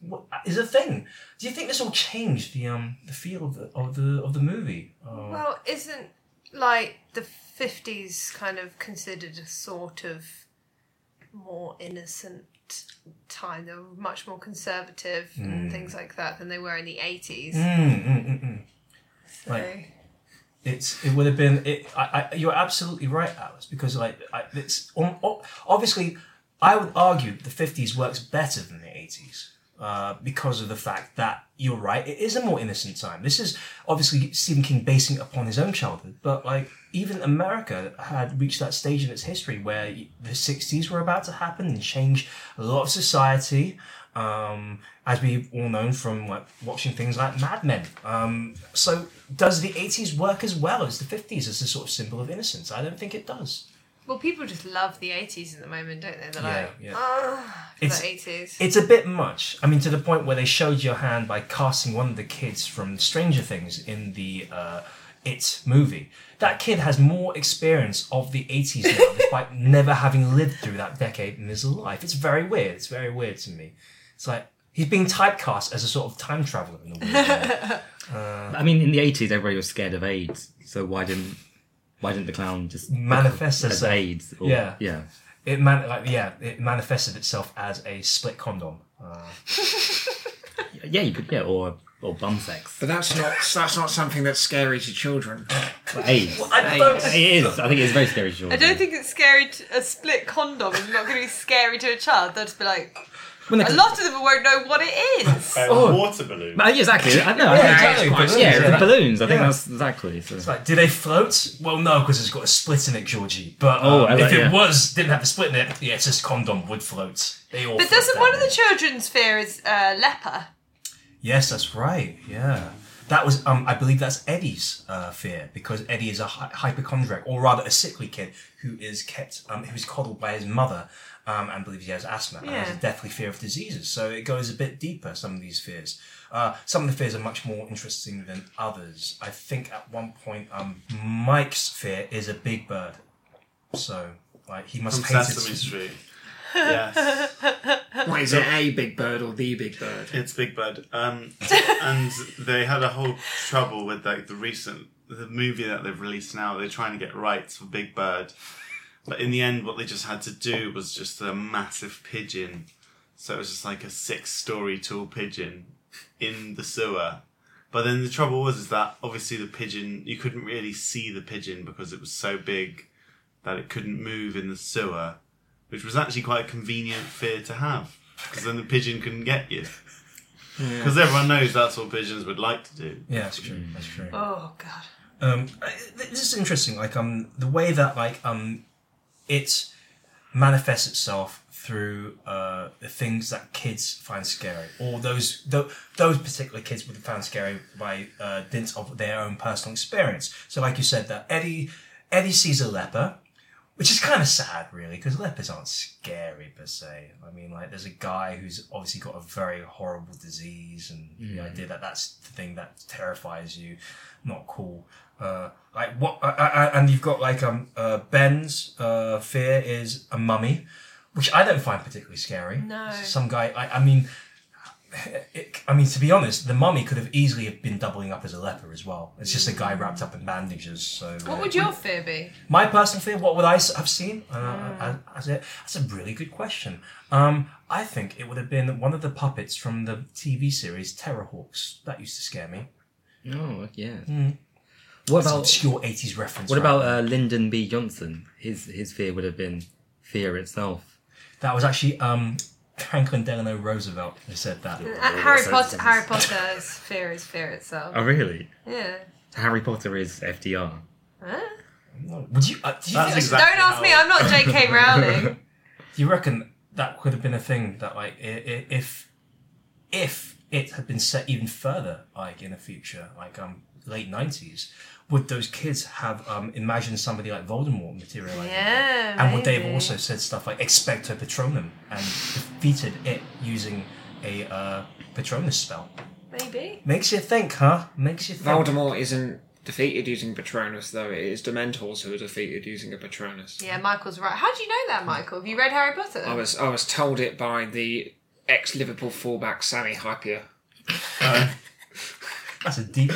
[SPEAKER 1] is a thing. Do you think this will change the um the feel of the of the, of the movie? Uh,
[SPEAKER 4] Well, isn't like the fifties kind of considered a sort of more innocent time? They were much more conservative and things like that than they were in the eighties.
[SPEAKER 1] mm, mm, mm, mm. Right. It's it would have been it. I, I you're absolutely right, Alice, because like I, it's on, obviously I would argue the fifties works better than the eighties. Uh, because of the fact that you're right, it is a more innocent time. This is obviously Stephen King basing it upon his own childhood, but like even America had reached that stage in its history where the 60s were about to happen and change a lot of society. Um, as we've all known from like watching things like Mad Men. Um, so does the 80s work as well as the 50s as a sort of symbol of innocence? I don't think it does.
[SPEAKER 4] Well, people just love the eighties at the moment, don't they? They're
[SPEAKER 1] Yeah,
[SPEAKER 4] like,
[SPEAKER 1] yeah.
[SPEAKER 4] ah,
[SPEAKER 1] It's-
[SPEAKER 4] the eighties.
[SPEAKER 1] It's a bit much. I mean, to the point where they showed your hand by casting one of the kids from Stranger Things in the uh, It movie. That kid has more experience of the 80s now, despite never having lived through that decade in his life. It's very weird. It's very weird to me. It's like, He's being typecast as a sort of time traveler in a weird way.
[SPEAKER 5] I mean, in the eighties, everybody was scared of AIDS, so why didn't why didn't the clown just
[SPEAKER 1] Manifest
[SPEAKER 5] as
[SPEAKER 1] itself.
[SPEAKER 5] AIDS? Or,
[SPEAKER 1] Yeah.
[SPEAKER 5] yeah.
[SPEAKER 1] It man, like yeah, it manifested itself as a split condom. Uh,
[SPEAKER 5] Yeah, you could yeah, or or bum sex.
[SPEAKER 2] But that's not that's not something that's scary to children.
[SPEAKER 5] But AIDS.
[SPEAKER 1] I don't.
[SPEAKER 5] It is. I think it's very scary. Sure.
[SPEAKER 6] I don't think it's scary. To, a split condom is not going to be scary to a child. They'll just be like,
[SPEAKER 5] When they-
[SPEAKER 6] a lot of them won't know what it is.
[SPEAKER 3] A
[SPEAKER 1] Oh.
[SPEAKER 3] water balloon.
[SPEAKER 5] Uh, yeah, exactly. I know. I
[SPEAKER 1] Yeah,
[SPEAKER 5] think-
[SPEAKER 1] exactly.
[SPEAKER 2] quite
[SPEAKER 1] balloons,
[SPEAKER 5] yeah,
[SPEAKER 1] yeah.
[SPEAKER 5] the balloons. I think
[SPEAKER 1] Yeah.
[SPEAKER 5] that's exactly. So.
[SPEAKER 1] It's like, do they float? Well, no, because it's got a split in it, Georgie. But um,
[SPEAKER 5] Oh, I like-
[SPEAKER 1] if it
[SPEAKER 5] yeah.
[SPEAKER 1] was didn't have the split in it, yeah, it's just condom would float. They all.
[SPEAKER 6] But
[SPEAKER 1] float
[SPEAKER 6] doesn't
[SPEAKER 1] down
[SPEAKER 6] one of
[SPEAKER 1] there.
[SPEAKER 6] the children's fear is uh, leper?
[SPEAKER 1] Yes, that's right. Yeah. That was, um, I believe that's Eddie's uh, fear because Eddie is a hy- hypochondriac, or rather a sickly kid who is kept, um, who is coddled by his mother um, and believes he has asthma and has
[SPEAKER 6] Yeah.
[SPEAKER 1] a deathly fear of diseases. So it goes a bit deeper, some of these fears. Uh, some of the fears are much more interesting than others. I think at one point, um, Mike's fear is a big bird. So, like, he must
[SPEAKER 3] From
[SPEAKER 1] paint
[SPEAKER 3] Sesame
[SPEAKER 1] it.
[SPEAKER 3] Street. Yes.
[SPEAKER 2] What is it? A big bird or the big bird?
[SPEAKER 3] It's Big Bird. Um, and they had a whole trouble with like the recent the movie that they've released now. They're trying to get rights for Big Bird, but in the end, what they just had to do was just a massive pigeon. So it was just like a six-story tall pigeon in the sewer. But then the trouble was is that obviously the pigeon you couldn't really see the pigeon because it was so big that it couldn't move in the sewer, which was actually quite a convenient fear to have because then the pigeon couldn't get you. Because everyone knows that's what pigeons would like to do.
[SPEAKER 1] Yeah, that's true. That's true.
[SPEAKER 6] Oh god.
[SPEAKER 1] um, I- th- this is interesting. Like um, the way that like um, it manifests itself through uh, the things that kids find scary, or those th- those particular kids would have found scary by uh, dint of their own personal experience. So, like you said, that Eddie Eddie sees a leper. Which is kind of sad, really, because lepers aren't scary per se. I mean, like, there's a guy who's obviously got a very horrible disease, and the idea that that's the thing that terrifies you, not cool. Uh, like what? I, I, I- and you've got like um uh, Ben's uh, fear is a mummy, which I don't find particularly scary.
[SPEAKER 6] No.
[SPEAKER 1] some guy. I, I mean, it, I mean to be honest, the mummy could have easily have been doubling up as a leper as well. It's just a guy wrapped up in bandages. So
[SPEAKER 6] What would your fear be?
[SPEAKER 1] my personal fear, what would I s- have seen? Uh,
[SPEAKER 5] Mm.
[SPEAKER 1] I- I- I said- that's a really good question. Um, I think it would have been one of the puppets from the TV series Terrorhawks. That used to scare me.
[SPEAKER 5] Oh yeah. What
[SPEAKER 1] It's an
[SPEAKER 5] about
[SPEAKER 1] Mm. obscure 80s reference.
[SPEAKER 5] what
[SPEAKER 1] right?
[SPEAKER 5] about uh, Lyndon B. Johnson? His his fear would have been fear itself.
[SPEAKER 1] That was actually um, Franklin Delano Roosevelt who said that.
[SPEAKER 6] Uh, Harry Potter. Harry Potter's fear is fear itself.
[SPEAKER 1] Uh,
[SPEAKER 5] Oh really?
[SPEAKER 6] Yeah.
[SPEAKER 5] Harry Potter is FDR.
[SPEAKER 6] Huh?
[SPEAKER 1] Would you? Uh, do, you
[SPEAKER 3] That's
[SPEAKER 1] think,
[SPEAKER 3] exact- Exactly
[SPEAKER 6] Don't ask
[SPEAKER 3] how-
[SPEAKER 6] me. I'm not J.K. Rowling.
[SPEAKER 1] do you reckon that could have been a thing that like i- i- if if it had been set even further like in the future like um late nineties would those kids have um imagined somebody like Voldemort materializing?
[SPEAKER 6] Yeah.
[SPEAKER 1] And would they have
[SPEAKER 6] maybe.
[SPEAKER 1] also said stuff like Expecto Patronum and defeated it using a uh, Patronus spell?
[SPEAKER 6] Maybe.
[SPEAKER 1] Makes you think, huh? Makes you think.
[SPEAKER 2] Voldemort isn't defeated using Patronus, though. It is Dementors who are defeated using a Patronus.
[SPEAKER 6] Yeah, Michael's right. How do you know that, Michael? Have you read Harry Potter?
[SPEAKER 2] I was I was told it by the ex Liverpool fullback Sammy Hypier.
[SPEAKER 1] That's a deep.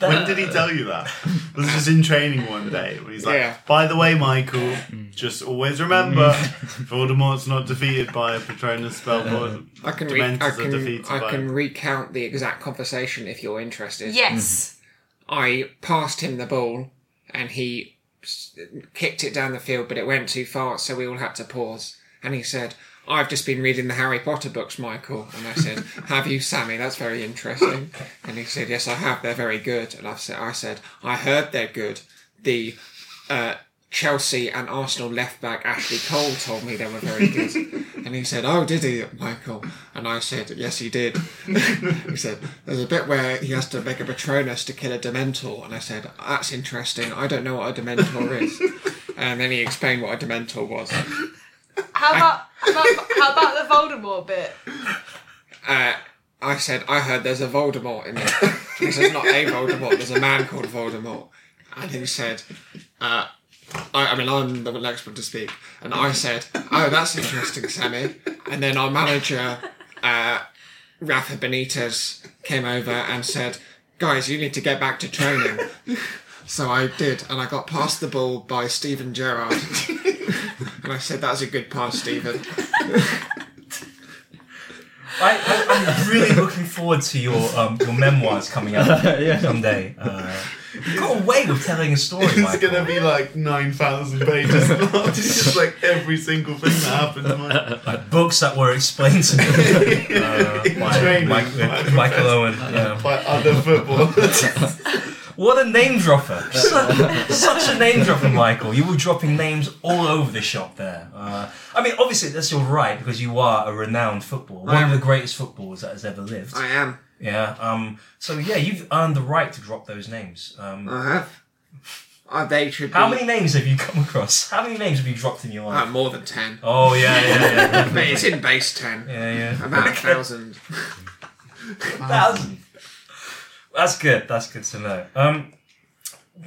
[SPEAKER 3] When did he tell you that? Was it just in training one day when he's like,
[SPEAKER 2] Yeah.
[SPEAKER 3] "By the way, Michael, just always remember, Voldemort's not defeated by a Patronus spell. Or
[SPEAKER 2] I can re-
[SPEAKER 3] Dementors
[SPEAKER 2] I
[SPEAKER 3] are
[SPEAKER 2] can
[SPEAKER 3] defeated
[SPEAKER 2] I
[SPEAKER 3] by."
[SPEAKER 2] can recount the exact conversation if you're interested.
[SPEAKER 6] Yes.
[SPEAKER 2] I passed him the ball and he s- kicked it down the field, but it went too far, so we all had to pause. And he said, I've just been reading the Harry Potter books, Michael. And I said, Have you, Sammy? That's very interesting. And he said, Yes, I have. They're very good. And I said, I, said, I heard they're good. The uh, Chelsea and Arsenal left back Ashley Cole told me they were very good. and he said, Oh, did he, Michael? And I said, Yes, he did. he said, There's a bit where he has to make a Patronus to kill a Dementor. And I said, That's interesting. I don't know what a Dementor is. and then he explained what a Dementor was.
[SPEAKER 1] Mm-hmm.
[SPEAKER 6] How about, how about how about the Voldemort bit?
[SPEAKER 2] Uh, I said, I heard there's a Voldemort in there. He says, Not a Voldemort, there's a man called Voldemort. And he said, uh, I, I mean, I'm the next one to speak, and I said, "Oh, that's interesting, Sammy." And then our manager, uh, Rafa Benitez, came over and said, "Guys, you need to get back to training." so I did, and I got passed the ball by Stephen Gerrard, and I said, "That's a good pass, Stephen."
[SPEAKER 1] I, I, I'm really looking forward to your um, your memoirs coming out someday. Uh, you got away with telling a story,
[SPEAKER 3] It's
[SPEAKER 1] Michael.
[SPEAKER 3] gonna be like nine thousand pages long. It's just like every single thing that happened. to my-
[SPEAKER 1] Like books that were explained to me uh, by
[SPEAKER 3] Training,
[SPEAKER 1] Mike,
[SPEAKER 3] by
[SPEAKER 1] uh, Michael Owen. yeah.
[SPEAKER 3] By other footballers.
[SPEAKER 1] What a name dropper! Such, such a name dropper, Michael. You were dropping names all over the shop there. Uh, I mean, obviously that's your right because you are a renowned footballer, one of the greatest footballers that has ever lived.
[SPEAKER 2] I am.
[SPEAKER 1] Yeah. Um. So yeah, you've earned the right to drop those names. Um.
[SPEAKER 2] I have. Uh, they should.
[SPEAKER 1] How
[SPEAKER 2] be,
[SPEAKER 1] many names have you come across? How many names have you dropped in your
[SPEAKER 2] Uh,
[SPEAKER 3] Um,
[SPEAKER 1] life?
[SPEAKER 2] more than ten.
[SPEAKER 1] Oh yeah, yeah, yeah,
[SPEAKER 2] Mate, it's in base ten.
[SPEAKER 1] yeah, yeah.
[SPEAKER 2] About a thousand.
[SPEAKER 1] Thousand. That's good. That's good to know. Um,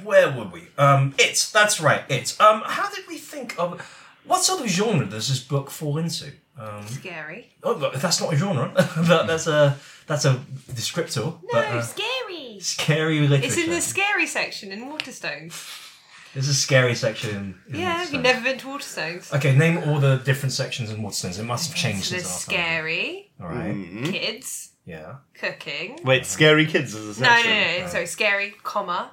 [SPEAKER 1] where were we? Um, it's that's right. It's um, how did we think of? What sort of genre does this book fall into? Um,
[SPEAKER 4] Scary.
[SPEAKER 1] oh, but that's not a genre. that, that's a that's a descriptor. No, but, uh,
[SPEAKER 6] scary.
[SPEAKER 1] scary literature.
[SPEAKER 6] It's in the scary section in Waterstones.
[SPEAKER 1] There's a scary section. in
[SPEAKER 6] Yeah, have you
[SPEAKER 1] Waterstones.
[SPEAKER 6] never been to Waterstones?
[SPEAKER 1] Okay, name all the different sections in Waterstones. It must have changed
[SPEAKER 6] So
[SPEAKER 1] since
[SPEAKER 6] there's
[SPEAKER 1] last
[SPEAKER 6] scary,
[SPEAKER 1] time. All right.
[SPEAKER 6] kids,
[SPEAKER 1] Yeah.
[SPEAKER 6] cooking.
[SPEAKER 7] Wait, scary kids is a
[SPEAKER 6] No, no,
[SPEAKER 7] section.
[SPEAKER 6] no, no. Sorry, scary, comma,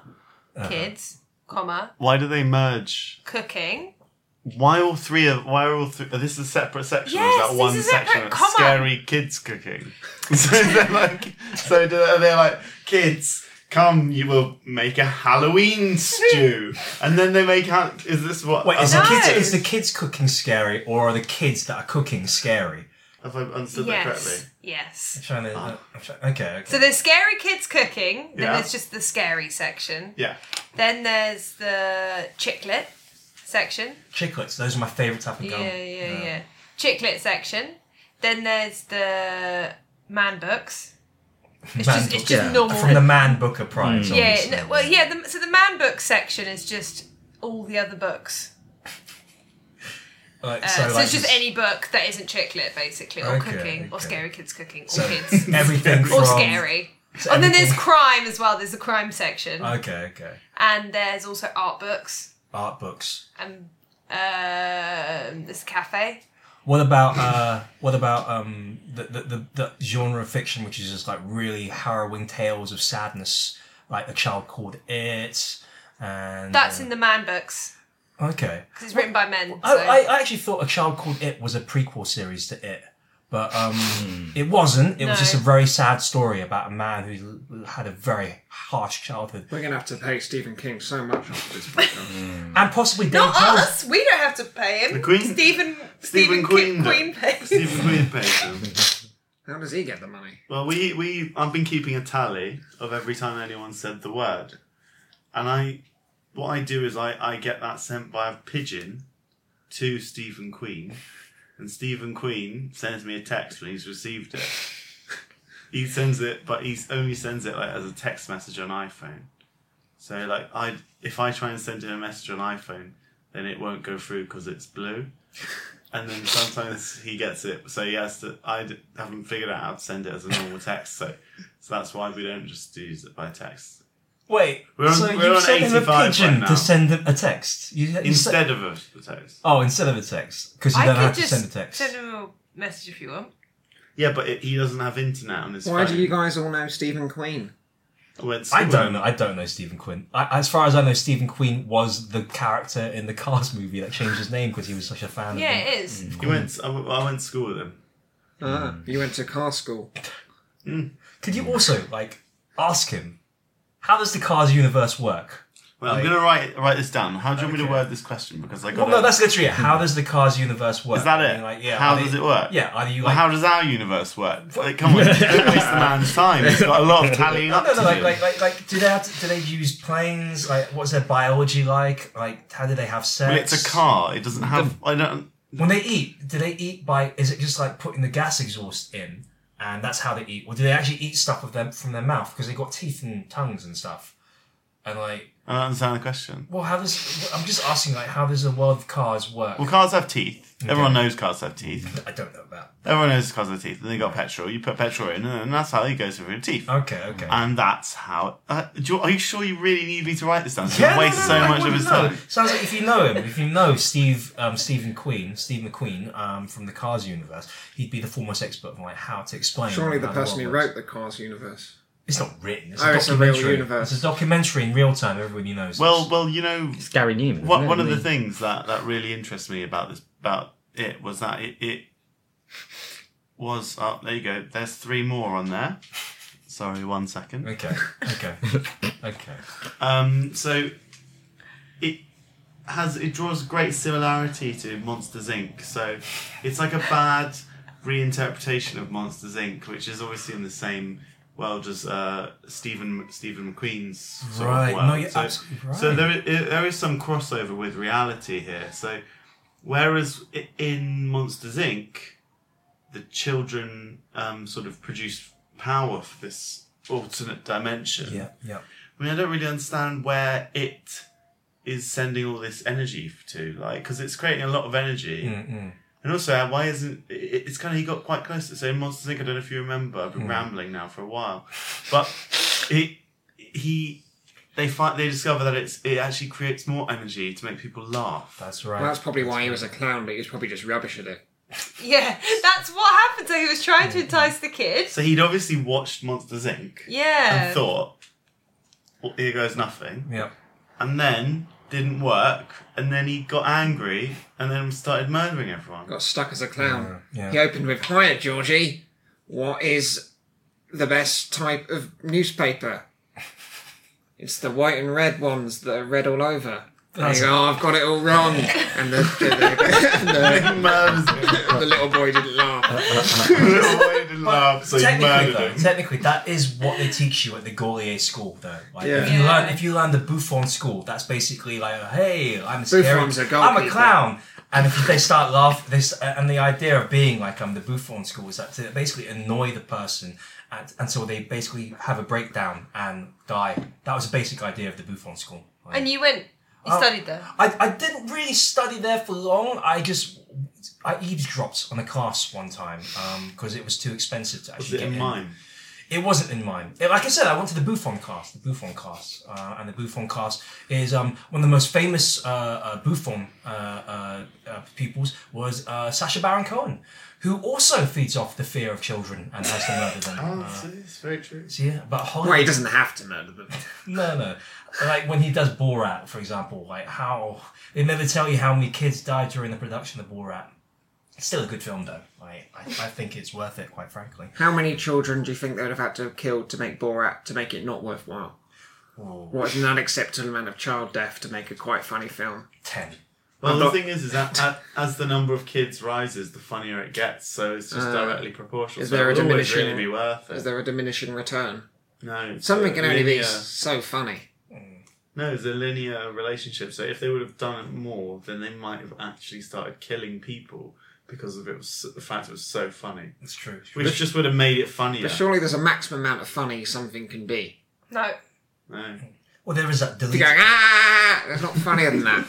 [SPEAKER 1] Uh-huh.
[SPEAKER 6] kids, comma,
[SPEAKER 3] Why do they merge?
[SPEAKER 6] cooking.
[SPEAKER 3] Why all three of? Why are all three? Are this a separate section? or
[SPEAKER 6] Yes,
[SPEAKER 3] is that
[SPEAKER 6] this
[SPEAKER 3] one
[SPEAKER 6] is a separate-
[SPEAKER 3] section?
[SPEAKER 6] come on.
[SPEAKER 3] Scary kids cooking. so they're like, so do, are they like kids? Come, you will make a Halloween stew, and then they make. Ha- is this what?
[SPEAKER 1] Wait, is,
[SPEAKER 3] have,
[SPEAKER 1] the
[SPEAKER 6] No.
[SPEAKER 1] kids, is the kids cooking scary, or are the kids that are cooking scary?
[SPEAKER 3] have I understood that correctly?
[SPEAKER 6] Yes. Yes.
[SPEAKER 1] I'm trying to. uh, I'm trying, okay, okay.
[SPEAKER 6] Ah. So there's scary kids cooking, then
[SPEAKER 3] Yeah.
[SPEAKER 6] there's just the scary section.
[SPEAKER 3] Yeah.
[SPEAKER 6] Then there's the chiclet section.
[SPEAKER 1] Chiclets. Those are my favourite type of gum.
[SPEAKER 6] Yeah, yeah, yeah. Chiclet section. Then there's the man books. It's
[SPEAKER 1] Man
[SPEAKER 6] just, it's
[SPEAKER 1] book-
[SPEAKER 6] just
[SPEAKER 5] yeah.
[SPEAKER 6] normal.
[SPEAKER 1] From the Man Booker Prize.
[SPEAKER 6] yeah,
[SPEAKER 1] obviously.
[SPEAKER 6] no, well, yeah. The, so the man book section is just all the other books.
[SPEAKER 1] Like,
[SPEAKER 6] Uh, so
[SPEAKER 1] like,
[SPEAKER 6] it's just any book that isn't chiclet, basically, or
[SPEAKER 1] Okay,
[SPEAKER 6] cooking, or
[SPEAKER 1] okay.
[SPEAKER 6] scary kids cooking, or
[SPEAKER 1] so
[SPEAKER 6] kids,
[SPEAKER 1] Everything from.
[SPEAKER 6] or scary.
[SPEAKER 1] so
[SPEAKER 6] and then there's
[SPEAKER 1] everything-
[SPEAKER 6] crime as well. There's the crime section,
[SPEAKER 1] Okay, okay.
[SPEAKER 6] and there's also art books
[SPEAKER 1] Art books.
[SPEAKER 6] and um, there's a cafe.
[SPEAKER 1] What about uh, what about um, the, the, the, the genre of fiction, which is just like really harrowing tales of sadness, like a child called it, and
[SPEAKER 6] That's in the man books
[SPEAKER 1] okay.
[SPEAKER 6] because it's written by men.
[SPEAKER 1] I,
[SPEAKER 6] So.
[SPEAKER 1] Oh, I, I actually thought A Child Called It was a prequel series to It, but
[SPEAKER 3] Hmm.
[SPEAKER 1] um, it wasn't. It was
[SPEAKER 6] No.
[SPEAKER 1] just a very sad story about a man who l- had a very harsh childhood
[SPEAKER 2] We're gonna have to pay Stephen King so much after this podcast.
[SPEAKER 3] Hmm.
[SPEAKER 1] and possibly Dave
[SPEAKER 6] Not
[SPEAKER 1] Howard.
[SPEAKER 6] us. We don't have to pay him.
[SPEAKER 3] The Queen-
[SPEAKER 6] Stephen.
[SPEAKER 3] Stephen
[SPEAKER 6] Stephen
[SPEAKER 3] Queen
[SPEAKER 6] Queen.
[SPEAKER 3] did.
[SPEAKER 6] Queen pays.
[SPEAKER 3] Stephen Queen paid them.
[SPEAKER 2] How does he get the money?
[SPEAKER 3] Well, we we I've been keeping a tally of every time anyone said the word, and I what I do is I I get that sent by a pigeon to Stephen Queen, and Stephen Queen sends me a text when he's received it. He sends it, but he only sends it like as a text message on iPhone. So like I if I try and send him a message on iPhone, then it won't go through because it's blue. And then sometimes he gets it, so he has to. I d- haven't figured out how to send it as a normal text, so so that's why we don't just use it by text.
[SPEAKER 1] Wait,
[SPEAKER 3] We're on-
[SPEAKER 1] so
[SPEAKER 3] we're
[SPEAKER 1] you
[SPEAKER 3] on
[SPEAKER 1] sent him a
[SPEAKER 3] 85 right
[SPEAKER 1] pigeon
[SPEAKER 3] now.
[SPEAKER 1] to send him a text? You, you sent-
[SPEAKER 3] Instead of a the text.
[SPEAKER 1] oh, instead of a text because you
[SPEAKER 6] I
[SPEAKER 1] don't
[SPEAKER 6] could
[SPEAKER 1] have to
[SPEAKER 6] just
[SPEAKER 1] send a text.
[SPEAKER 6] send him a message if you want.
[SPEAKER 3] Yeah, but it, he doesn't have internet on his
[SPEAKER 2] Why
[SPEAKER 3] phone.
[SPEAKER 2] do you guys all know Stephen Queen?
[SPEAKER 3] I went to
[SPEAKER 1] I
[SPEAKER 3] school.
[SPEAKER 1] don't know. I don't know Stephen Quinn. I, as far as I know, Stephen Quinn was the character in the Cars movie that changed his name because he was such a fan.
[SPEAKER 6] Yeah,
[SPEAKER 1] of him.
[SPEAKER 6] it is.
[SPEAKER 3] He went. I, w- I went to school with him.
[SPEAKER 1] Hmm.
[SPEAKER 2] Ah, you went to car school.
[SPEAKER 1] Could you also like ask him how does the Cars universe work?
[SPEAKER 3] Well, I'm
[SPEAKER 1] Like-
[SPEAKER 3] gonna write write this down. How do you want me to word this question? Because I got.
[SPEAKER 1] Well, no, that's literally it. How does the Cars universe work?
[SPEAKER 3] Is that
[SPEAKER 1] I
[SPEAKER 3] it?
[SPEAKER 1] mean, like, yeah.
[SPEAKER 3] How
[SPEAKER 1] are
[SPEAKER 3] does
[SPEAKER 1] they-
[SPEAKER 3] it work?
[SPEAKER 1] Yeah. Are you
[SPEAKER 3] Well,
[SPEAKER 1] like?
[SPEAKER 3] how does our universe work? Like, come on, don't waste the man's time. He's got a lot of tallying
[SPEAKER 1] no,
[SPEAKER 3] up
[SPEAKER 1] no, no,
[SPEAKER 3] to
[SPEAKER 1] like,
[SPEAKER 3] do.
[SPEAKER 1] like, like, like, do they have to, do they use planes? Like, what's their biology like? Like, how do they have sex?
[SPEAKER 3] Well, it's a car. It doesn't have. I don't.
[SPEAKER 1] When they eat, do they eat by? Is it just like putting the gas exhaust in, and that's how they eat, or do they actually eat stuff with them from their mouth because they got teeth and tongues and stuff? And like,
[SPEAKER 3] I don't understand the question.
[SPEAKER 1] Well, how does I'm just asking like how does the world of cars work?
[SPEAKER 3] Well, cars have teeth. Everyone knows cars have teeth.
[SPEAKER 1] I don't know that.
[SPEAKER 3] Everyone knows cars have teeth. And they got petrol. You put petrol in, and that's how it goes through your teeth.
[SPEAKER 1] Okay, okay.
[SPEAKER 3] And that's how. Uh, do you, are you sure you really need me to write this down? It's
[SPEAKER 1] Yeah, no,
[SPEAKER 3] waste
[SPEAKER 1] no, no,
[SPEAKER 3] so
[SPEAKER 1] I
[SPEAKER 3] much of
[SPEAKER 1] wouldn't
[SPEAKER 3] his
[SPEAKER 1] know.
[SPEAKER 3] time.
[SPEAKER 1] Sounds like if you know him, if you know Steve, um, Stephen Queen, Steve McQueen um, from the Cars universe, he'd be the foremost expert on like how to explain.
[SPEAKER 2] Surely the
[SPEAKER 1] how
[SPEAKER 2] person who
[SPEAKER 1] world works.
[SPEAKER 2] wrote the Cars universe.
[SPEAKER 1] it's not written. It's a
[SPEAKER 2] Oh, it's a real
[SPEAKER 1] documentary.
[SPEAKER 2] universe.
[SPEAKER 1] It's a documentary in real time. Everybody knows.
[SPEAKER 3] Well, well, you know,
[SPEAKER 5] It's Gary Newman.
[SPEAKER 3] What,
[SPEAKER 5] isn't it?
[SPEAKER 3] one of
[SPEAKER 5] I
[SPEAKER 3] the
[SPEAKER 5] mean,
[SPEAKER 3] things that, that really interests me about this about it was that it, it was oh, there you go. There's three more on there. Sorry, one second.
[SPEAKER 1] Okay. Okay. okay.
[SPEAKER 3] Um, so it has it draws great similarity to Monsters Inc. So it's like a bad reinterpretation of Monsters Inc., which is obviously in the same world as uh, Stephen Stephen McQueen's sort
[SPEAKER 1] Right,
[SPEAKER 3] Of
[SPEAKER 1] no,
[SPEAKER 3] world.
[SPEAKER 1] you're
[SPEAKER 3] so,
[SPEAKER 1] absolutely
[SPEAKER 3] so
[SPEAKER 1] right.
[SPEAKER 3] there is, there is some crossover with reality here. So whereas i- in Monsters Inc. the children um, sort of produce power for this alternate dimension.
[SPEAKER 1] Yeah. Yeah.
[SPEAKER 3] I mean, I don't really understand where it is sending all this energy to, like, because it's creating a lot of energy.
[SPEAKER 1] mm.
[SPEAKER 3] And also, uh, why isn't it- it's kind of he got quite close to so in Monsters Inc. I don't know if you remember. I've been rambling now for a while, but he he they find they discover that it's it actually creates more energy to make people laugh.
[SPEAKER 1] That's right.
[SPEAKER 2] Well, that's probably why he was a clown, but he was probably just rubbish at it.
[SPEAKER 6] Yeah, that's what happened. So he was trying to entice the kid.
[SPEAKER 3] So he'd obviously watched Monsters Inc.
[SPEAKER 6] Yeah.
[SPEAKER 3] and thought, well, here goes nothing.
[SPEAKER 1] yeah.
[SPEAKER 3] and then didn't work, and then he got angry, and then started murdering everyone.
[SPEAKER 2] Got stuck as a clown.
[SPEAKER 1] Yeah, yeah.
[SPEAKER 2] He opened with "Hiya, Georgie. What is the best type of newspaper? It's the white and red ones that are red all over." And
[SPEAKER 1] That's-
[SPEAKER 2] you go, oh, I've got it all wrong. And the, the, the,
[SPEAKER 3] Murders
[SPEAKER 2] the, the little boy didn't laugh.
[SPEAKER 3] him. laugh, so he
[SPEAKER 1] technically,
[SPEAKER 3] murdered
[SPEAKER 1] though,
[SPEAKER 3] him.
[SPEAKER 1] technically, that is what they teach you at the Gaulier school, though. Like,
[SPEAKER 2] Yeah.
[SPEAKER 1] if you
[SPEAKER 6] Yeah.
[SPEAKER 1] learn if you learn the Buffon school, that's basically like, hey, I'm a scary,
[SPEAKER 2] Buffon's a
[SPEAKER 1] I'm a
[SPEAKER 2] goalkeeper.
[SPEAKER 1] clown, and if they start laughing, this and the idea of being like I'm the Buffon school is that to basically annoy the person, and, and so they basically have a breakdown and die. That was the basic idea of the Buffon school. Like,
[SPEAKER 6] And you went, you studied there.
[SPEAKER 1] I, I didn't really study there for long. I just I eavesdropped on a class one time because it was too expensive to
[SPEAKER 3] Was
[SPEAKER 1] actually
[SPEAKER 3] it
[SPEAKER 1] get
[SPEAKER 3] in
[SPEAKER 1] in.
[SPEAKER 3] mine?
[SPEAKER 1] It wasn't in mine. It- like I said, I went to the Buffon class, the Buffon class, uh, and the Buffon class is um, one of the most famous uh, uh, Buffon uh, uh, uh, pupils was uh, Sacha Baron Cohen, who also feeds off the fear of children and has to murder them.
[SPEAKER 3] Oh.
[SPEAKER 1] Uh,
[SPEAKER 3] it's very true.
[SPEAKER 1] so yeah, but Hollywood.
[SPEAKER 2] Well, he doesn't have to murder them.
[SPEAKER 1] No, no. Like when he does Borat, for example, like how they never tell you how many kids died during the production of Borat. It's still a good film though. Like, I, I think it's worth it, quite frankly.
[SPEAKER 2] How many children do you think they would have had to have killed to make Borat to make it not worthwhile? What is an unacceptable amount of child death to make a quite funny film?
[SPEAKER 1] Ten.
[SPEAKER 3] Well,
[SPEAKER 2] I'm
[SPEAKER 3] the
[SPEAKER 2] not-
[SPEAKER 3] thing is, is that a- as the number of kids rises, the funnier it gets. So it's just directly proportional.
[SPEAKER 2] Uh, is
[SPEAKER 3] so
[SPEAKER 2] there a
[SPEAKER 3] it would always
[SPEAKER 2] diminishing-
[SPEAKER 3] really be worth
[SPEAKER 2] Is
[SPEAKER 3] it.
[SPEAKER 2] there a diminishing return?
[SPEAKER 3] No, it's
[SPEAKER 1] Uh,
[SPEAKER 2] Something
[SPEAKER 3] a
[SPEAKER 2] can only be
[SPEAKER 3] linear-
[SPEAKER 2] so funny.
[SPEAKER 3] No, it's a linear relationship. So if they would have done it more, then they might have actually started killing people because of it was the fact it was so funny,
[SPEAKER 1] It's true.
[SPEAKER 3] which just would have made it funnier.
[SPEAKER 2] But surely there's a maximum amount of funny something can be.
[SPEAKER 6] No.
[SPEAKER 3] No.
[SPEAKER 1] Well, there is that delete.
[SPEAKER 2] You're going, ah! That's not funnier than that.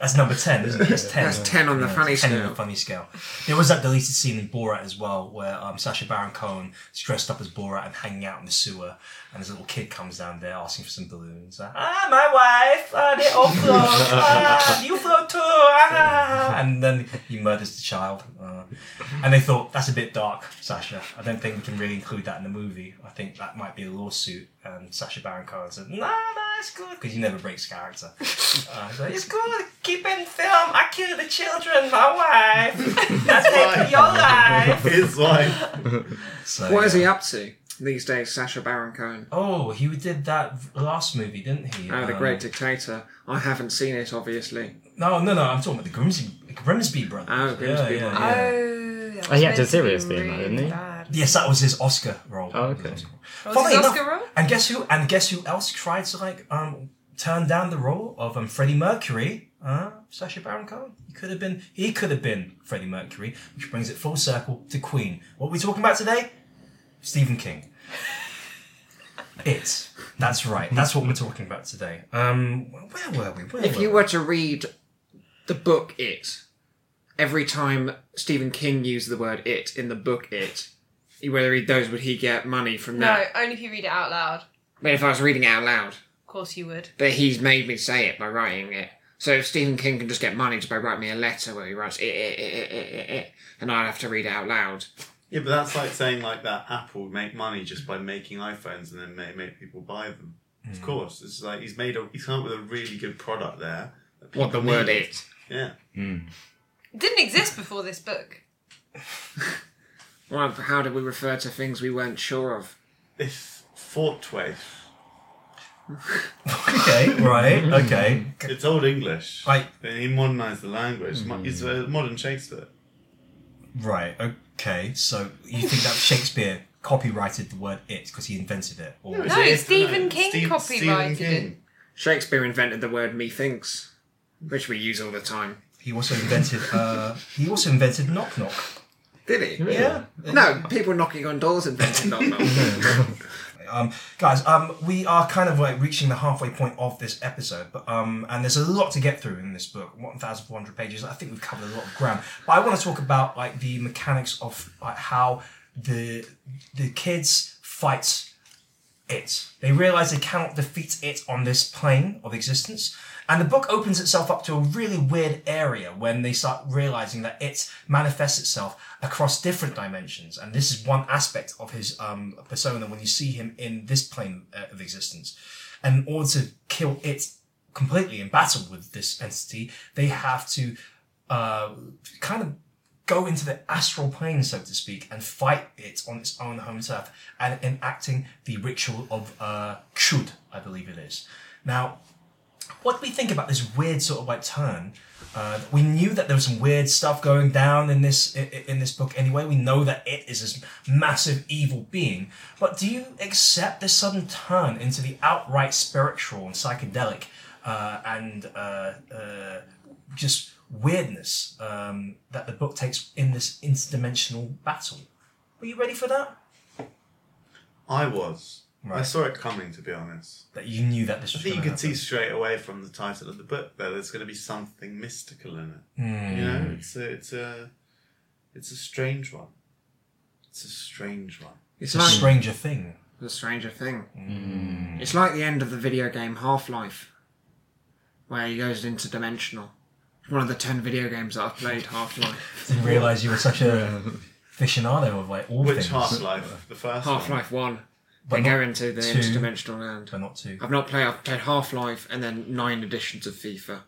[SPEAKER 1] That's number ten, isn't it? That's ten.
[SPEAKER 2] That's 10 on the funny
[SPEAKER 1] it's 10 on
[SPEAKER 2] scale.
[SPEAKER 1] the funny scale. There was that deleted scene in Borat as well, where um, Sasha Baron Cohen is dressed up as Borat and hanging out in the sewer, and this little kid comes down there asking for some balloons. Uh, ah, my wife! Ah, they all float! ah, you float too! Ah. And then he murders the child. Uh, and they thought, that's a bit dark, Sasha. I don't think we can really include that in the movie. I think that might be a lawsuit. And Sasha Baron Cohen said, no, no, it's good. Because he never breaks character. Uh, so it's good. Keep in film. I kill the children, my wife. That's
[SPEAKER 3] Why?
[SPEAKER 1] it, your life.
[SPEAKER 3] His wife.
[SPEAKER 1] So,
[SPEAKER 2] What is he
[SPEAKER 1] yeah.
[SPEAKER 2] up to these days, Sasha Baron Cohen?
[SPEAKER 1] Oh, he did that last movie, didn't he?
[SPEAKER 2] Oh, The
[SPEAKER 1] Um,
[SPEAKER 2] Great Dictator. I haven't seen it, obviously.
[SPEAKER 1] No, no, no. I'm talking about the Grimsby, Grimsby brothers.
[SPEAKER 2] Oh, Grimsby
[SPEAKER 1] yeah, yeah,
[SPEAKER 2] brothers.
[SPEAKER 1] yeah.
[SPEAKER 6] Oh, that
[SPEAKER 5] Oh, he had
[SPEAKER 6] meant
[SPEAKER 5] to
[SPEAKER 6] be
[SPEAKER 5] seriously, though,
[SPEAKER 6] really
[SPEAKER 5] didn't he?
[SPEAKER 6] bad.
[SPEAKER 1] Yes, that was his Oscar role.
[SPEAKER 5] Oh, okay.
[SPEAKER 6] What was
[SPEAKER 1] Funny
[SPEAKER 6] his
[SPEAKER 1] enough-
[SPEAKER 6] Oscar role?
[SPEAKER 1] And guess who? And guess who else tried to like um turn down the role of um Freddie Mercury? Uh, Sacha Baron Cohen. He could have been. He could have been Freddie Mercury, which brings it full circle to Queen. What are we talking about today? Stephen King. It. That's right. That's what we're talking about today. Um, where were we? Where
[SPEAKER 2] If you were to read the book It, every time Stephen King used the word it in the book It, you were to read those, would he get money from
[SPEAKER 6] No,
[SPEAKER 2] that?
[SPEAKER 6] only if you read it out loud.
[SPEAKER 2] But if I was reading it out loud,
[SPEAKER 6] Of course you would.
[SPEAKER 2] but he's made me say it by writing it. So if Stephen King can just get money just by writing me a letter where he writes "Eh, it, it, it, it, it, it, it, and I'd eh," have to read it out loud.
[SPEAKER 3] Yeah, but that's like saying like that Apple would make money just by making iPhones and then make, make people buy them. Of course, it's like he's made a he's come up with a really good product there. that
[SPEAKER 2] What the
[SPEAKER 3] people
[SPEAKER 2] word
[SPEAKER 3] need.
[SPEAKER 2] it?
[SPEAKER 3] Yeah,
[SPEAKER 6] It didn't exist before this book.
[SPEAKER 2] Well, how do we refer to things we weren't sure of?
[SPEAKER 3] this Fortway.
[SPEAKER 1] okay. Right. Okay.
[SPEAKER 3] It's old English.
[SPEAKER 1] I.
[SPEAKER 3] He modernised the language. Mo- It's a modern Shakespeare.
[SPEAKER 1] Right. Okay. So you think that Shakespeare copyrighted the word "it" because he invented it? Or
[SPEAKER 6] No, Stephen King copyrighted
[SPEAKER 2] Shakespeare invented the word methinks, which we use all the time.
[SPEAKER 1] he also invented. Uh, he also invented knock knock.
[SPEAKER 2] Did he?
[SPEAKER 1] Yeah.
[SPEAKER 2] No, people knocking on doors invented not knocking.
[SPEAKER 1] Um, guys, um, we are kind of like reaching the halfway point of this episode, but um, and there's a lot to get through in this book, 1,400 pages. I think we've covered a lot of ground, but I want to talk about like the mechanics of like how the the kids fight it. They realize they cannot defeat it on this plane of existence. And the book opens itself up to a really weird area when they start realizing that it manifests itself across different dimensions. And this is one aspect of his um, persona when you see him in this plane uh, of existence. And in order to kill it completely in battle with this entity, they have to uh, kind of go into the astral plane, so to speak, and fight it on its own home turf, and enacting the ritual of uh, Kshud, I believe it is. Now, what do we think about this weird sort of like turn? Uh, we knew that there was some weird stuff going down in this i- i- in this book anyway. We know that it is this massive evil being, but do you accept this sudden turn into the outright spiritual and psychedelic uh, and uh, uh, just weirdness um, that the book takes in this interdimensional battle? Were you ready for that?
[SPEAKER 3] I was. I
[SPEAKER 1] Right.
[SPEAKER 3] saw it coming, to be honest.
[SPEAKER 1] That you knew that this
[SPEAKER 3] I
[SPEAKER 1] was.
[SPEAKER 3] think you
[SPEAKER 1] gonna
[SPEAKER 3] could see
[SPEAKER 1] happen.
[SPEAKER 3] straight away from the title of the book that there's going to be something mystical in it.
[SPEAKER 1] Hmm.
[SPEAKER 3] You know, it's a, it's a, it's a strange one. It's a strange one.
[SPEAKER 1] It's
[SPEAKER 2] It's
[SPEAKER 1] a
[SPEAKER 2] like
[SPEAKER 1] Stranger Thing.
[SPEAKER 2] the Stranger Thing. It's like the end of the video game Half Life, where he goes interdimensional. It's One of the ten video games that I've played, Half Life.
[SPEAKER 1] Didn't realize you were such a aficionado of like all
[SPEAKER 3] Which
[SPEAKER 1] things.
[SPEAKER 3] Half Life? The first
[SPEAKER 2] Half
[SPEAKER 3] one?
[SPEAKER 2] Life One.
[SPEAKER 1] But
[SPEAKER 2] They
[SPEAKER 1] not
[SPEAKER 2] go into the
[SPEAKER 1] two.
[SPEAKER 2] interdimensional land.
[SPEAKER 1] But not two.
[SPEAKER 2] I've not played. I've played Half Life and then nine editions of FIFA.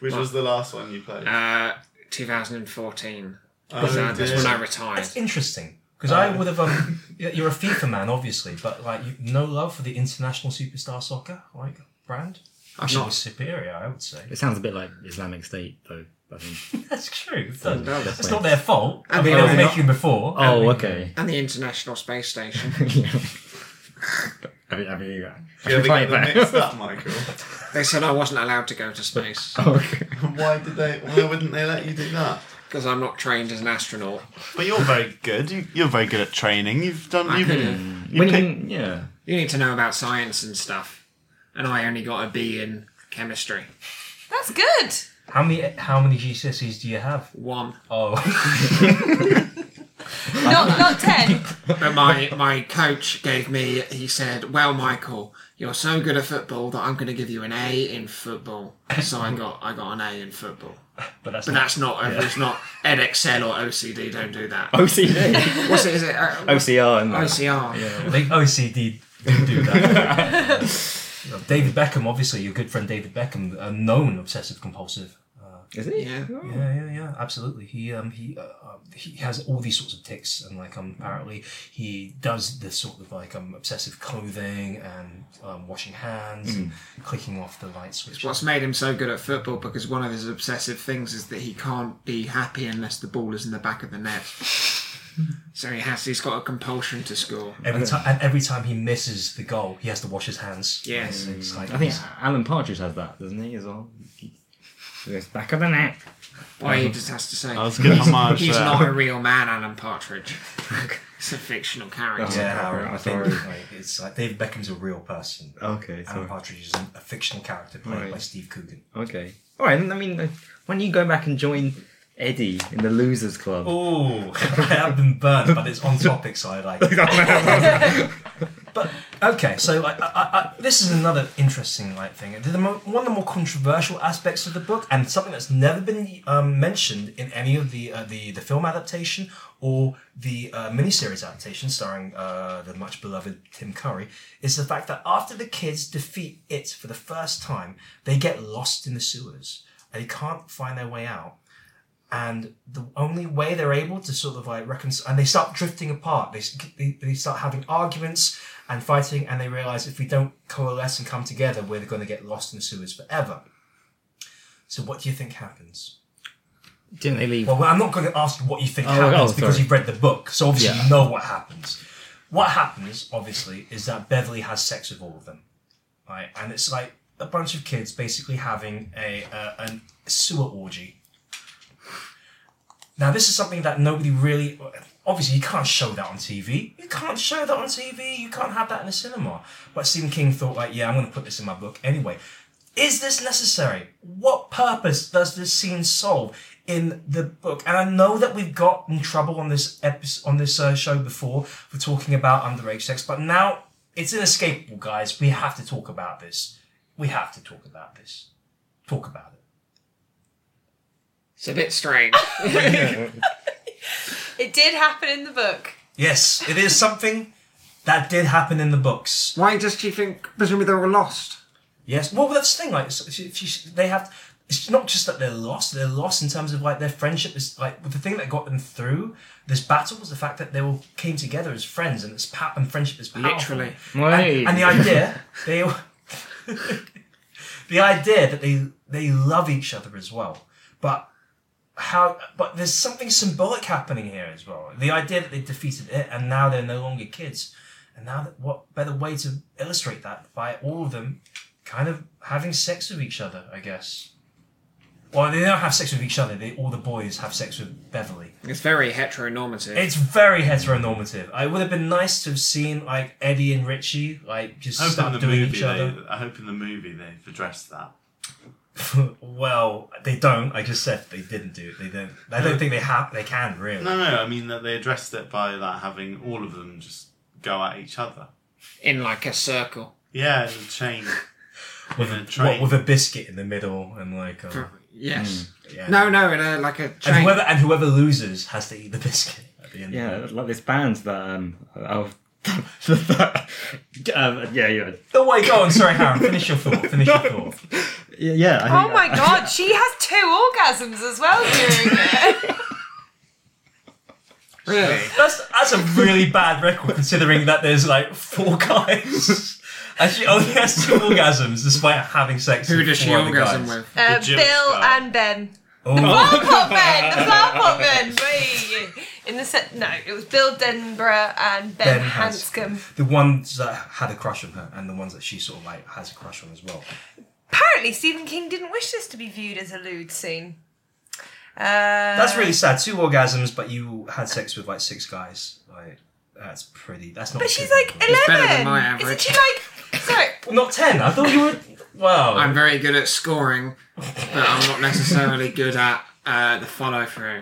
[SPEAKER 3] Which was the last one you played?
[SPEAKER 2] Uh, 2014.
[SPEAKER 3] Oh,
[SPEAKER 2] So that's
[SPEAKER 3] dear.
[SPEAKER 2] when I retired.
[SPEAKER 1] That's interesting because I would have. Um, y- you're a FIFA man, obviously, but like you, no love for the international superstar soccer like brand.
[SPEAKER 2] I've
[SPEAKER 1] Which
[SPEAKER 2] not-
[SPEAKER 1] was superior, I would say.
[SPEAKER 5] It sounds a bit like Islamic State, though. I think.
[SPEAKER 1] That's true. It does.
[SPEAKER 2] That's
[SPEAKER 1] It's
[SPEAKER 5] fine.
[SPEAKER 1] not their fault. I
[SPEAKER 2] I
[SPEAKER 1] mean,
[SPEAKER 2] mean,
[SPEAKER 1] they were
[SPEAKER 2] I'm
[SPEAKER 1] making before. I
[SPEAKER 5] Oh,
[SPEAKER 1] mean,
[SPEAKER 5] okay.
[SPEAKER 2] And the International Space Station.
[SPEAKER 5] yeah. I mean, I mean, yeah. I
[SPEAKER 3] You ever
[SPEAKER 5] should try
[SPEAKER 3] get
[SPEAKER 5] it
[SPEAKER 3] them
[SPEAKER 5] back.
[SPEAKER 3] mixed up, Michael?
[SPEAKER 2] They said I wasn't allowed to go to space
[SPEAKER 5] Oh, okay.
[SPEAKER 3] why did they? Why wouldn't they let you do that?
[SPEAKER 2] because I'm not trained as an astronaut.
[SPEAKER 3] But you're very good. You, you're very good at training. You've done.
[SPEAKER 2] I
[SPEAKER 3] You've,
[SPEAKER 2] could
[SPEAKER 3] you
[SPEAKER 2] have.
[SPEAKER 5] When
[SPEAKER 3] pick-
[SPEAKER 5] you- yeah.
[SPEAKER 2] You need to know about science and stuff. And I only got a B in chemistry.
[SPEAKER 6] That's good.
[SPEAKER 1] How many how many GCSEs do you have?
[SPEAKER 2] One.
[SPEAKER 1] Oh,
[SPEAKER 6] Not not ten.
[SPEAKER 2] But my, my coach gave me, he said, Well, Michael, you're so good at football that I'm going to give you an A in football. So I got I got an A in football.
[SPEAKER 1] but that's
[SPEAKER 2] But
[SPEAKER 1] not.
[SPEAKER 2] that's not, it's not EdExcel or OCD, don't do that.
[SPEAKER 5] OCD.
[SPEAKER 2] What's it, is it? Uh,
[SPEAKER 5] OCR. And that.
[SPEAKER 2] OCR.
[SPEAKER 1] I think OCD Oh, do do that. Uh, David Beckham, obviously, your good friend David Beckham, a known obsessive compulsive.
[SPEAKER 5] Is it?
[SPEAKER 2] Yeah.
[SPEAKER 1] Yeah, yeah, yeah, absolutely. He um he uh, uh, he has all these sorts of ticks, and like um apparently he does this sort of like um obsessive clothing and um, washing hands, and
[SPEAKER 5] Mm.
[SPEAKER 1] clicking off the light switch.
[SPEAKER 2] What's made him so good at football because one of his obsessive things is that he can't be happy unless the ball is in the back of the net. so he has he's got a compulsion to score.
[SPEAKER 1] Every time and every time he misses the goal, he has to wash his hands.
[SPEAKER 2] Yes.
[SPEAKER 1] And it's like
[SPEAKER 5] I think Alan Partridge has that, doesn't he, as well? It's back of the net.
[SPEAKER 2] Why he just has to say
[SPEAKER 3] I was good at homage
[SPEAKER 2] he's
[SPEAKER 3] there.
[SPEAKER 2] not a real man, Alan Partridge. It's a fictional character.
[SPEAKER 1] Yeah,
[SPEAKER 5] Okay,
[SPEAKER 1] Howard,
[SPEAKER 5] I'm
[SPEAKER 1] I think Oh,
[SPEAKER 5] sorry.
[SPEAKER 1] like, it's like Dave Beckham's a real person.
[SPEAKER 5] Okay,
[SPEAKER 1] Alan
[SPEAKER 5] sorry.
[SPEAKER 1] Partridge is a fictional character played
[SPEAKER 5] Right.
[SPEAKER 1] by Steve Coogan.
[SPEAKER 5] Okay. All right. I mean, like, why don't you go back and join Eddie in the Losers Club?
[SPEAKER 1] Oh, I have been burned, but it's on topic, so I like. it. But okay, so like, I, I, I, this is another interesting like thing. The mo- one of the more controversial aspects of the book, and something that's never been um, mentioned in any of the uh, the the film adaptation or the uh, miniseries adaptation starring uh, the much beloved Tim Curry, is the fact that after the kids defeat it for the first time, they get lost in the sewers. They can't find their way out and the only way they're able to sort of like reconcile and they start drifting apart they, s- they, they start having arguments and fighting and they realize if we don't coalesce and come together we're going to get lost in the sewers forever so what do you think happens
[SPEAKER 5] Didn't they leave?
[SPEAKER 1] well i'm not going to ask what you think
[SPEAKER 5] Oh,
[SPEAKER 1] happens
[SPEAKER 5] oh,
[SPEAKER 1] because
[SPEAKER 5] sorry.
[SPEAKER 1] you've read the book so obviously
[SPEAKER 5] Yeah.
[SPEAKER 1] you know what happens what happens obviously is that beverly has sex with all of them right and it's like a bunch of kids basically having a, a, an sewer orgy now, this is something that nobody really. Obviously, you can't show that on TV. You can't show that on TV. You can't have that in a cinema. But Stephen King thought, like, yeah, I'm going to put this in my book anyway. Is this necessary? What purpose does this scene solve in the book? And I know that we've got in trouble on this episode, on this uh, show before for talking about underage sex, but now it's inescapable, guys. We have to talk about this. We have to talk about this. Talk about it.
[SPEAKER 2] It's a bit strange.
[SPEAKER 6] It did happen in the book.
[SPEAKER 1] Yes, it is something that did happen in the books.
[SPEAKER 2] Why does she think? Presumably they're all lost.
[SPEAKER 1] Yes. Well, that's the thing. Like, so she, she, they have. It's not just that they're lost. They're lost in terms of like their friendship is like the thing that got them through this battle was the fact that they all came together as friends, and it's pa- and friendship is powerful.
[SPEAKER 2] Literally.
[SPEAKER 5] Wait.
[SPEAKER 1] And the idea they, all- the idea that they they love each other as well, but how? But there's something symbolic happening here as well. The idea that they defeated it, and now they're no longer kids, and now that what better way to illustrate that by all of them kind of having sex with each other, I guess. Well, they don't have sex with each other. They, all the boys have sex with Beverly.
[SPEAKER 2] It's very heteronormative.
[SPEAKER 1] It's very heteronormative. I would have been nice to have seen like Eddie and Richie like just
[SPEAKER 3] I hope in
[SPEAKER 1] start
[SPEAKER 3] the
[SPEAKER 1] doing
[SPEAKER 3] movie
[SPEAKER 1] each other.
[SPEAKER 3] they, I hope in the movie they've addressed that.
[SPEAKER 1] well, they don't. I just said they didn't do it. They don't. I don't think they have. They can really.
[SPEAKER 3] No, no, I mean that they addressed it by that having all of them just go at each other.
[SPEAKER 2] in like a circle.
[SPEAKER 3] Yeah, in a chain.
[SPEAKER 1] with,
[SPEAKER 3] in
[SPEAKER 1] a,
[SPEAKER 3] a
[SPEAKER 1] what,
[SPEAKER 3] train.
[SPEAKER 1] with a biscuit in the middle and like. Uh,
[SPEAKER 2] Yes.
[SPEAKER 1] Hmm, yeah.
[SPEAKER 2] No, no, in a, like a
[SPEAKER 1] And
[SPEAKER 2] chain.
[SPEAKER 1] whoever and whoever loses has to eat the biscuit at the end.
[SPEAKER 5] Yeah, like this band that um, I'll, um, yeah, yeah,
[SPEAKER 1] No, Oh, wait. Go on. Sorry, Harry. Finish your thought. Finish your thought.
[SPEAKER 5] yeah. yeah I
[SPEAKER 6] Oh
[SPEAKER 5] think-
[SPEAKER 6] my god, she has two orgasms as well during it.
[SPEAKER 2] Really?
[SPEAKER 1] That's that's a really bad record considering that there's like four guys. And she only has two orgasms despite having sex.
[SPEAKER 2] Who
[SPEAKER 1] with
[SPEAKER 2] does she
[SPEAKER 1] four other
[SPEAKER 2] orgasm
[SPEAKER 1] guys.
[SPEAKER 2] with?
[SPEAKER 6] Uh,
[SPEAKER 3] The gym
[SPEAKER 6] Bill
[SPEAKER 3] style.
[SPEAKER 6] and Ben.
[SPEAKER 1] Oh,
[SPEAKER 6] Flower pot men, the flower pot men. wee. In the set, no, it was Bill Denborough and Ben,
[SPEAKER 1] Ben
[SPEAKER 6] Hanscom.
[SPEAKER 1] Hanscom. The ones that had a crush on her and the ones that she sort of like has a crush on as well.
[SPEAKER 6] Apparently, Stephen King didn't wish this to be viewed as a lewd scene. Uh,
[SPEAKER 1] That's really sad. Two orgasms, but you had sex with like six guys. Like that's pretty. That's not.
[SPEAKER 6] But
[SPEAKER 1] a
[SPEAKER 6] she's
[SPEAKER 1] good
[SPEAKER 6] like
[SPEAKER 1] record.
[SPEAKER 6] eleven.
[SPEAKER 2] better than my
[SPEAKER 6] Isn't
[SPEAKER 2] average.
[SPEAKER 6] she like? Sorry,
[SPEAKER 1] not ten. I thought you were. Wow.
[SPEAKER 2] I'm very good at scoring, but I'm not necessarily good at uh, the follow through.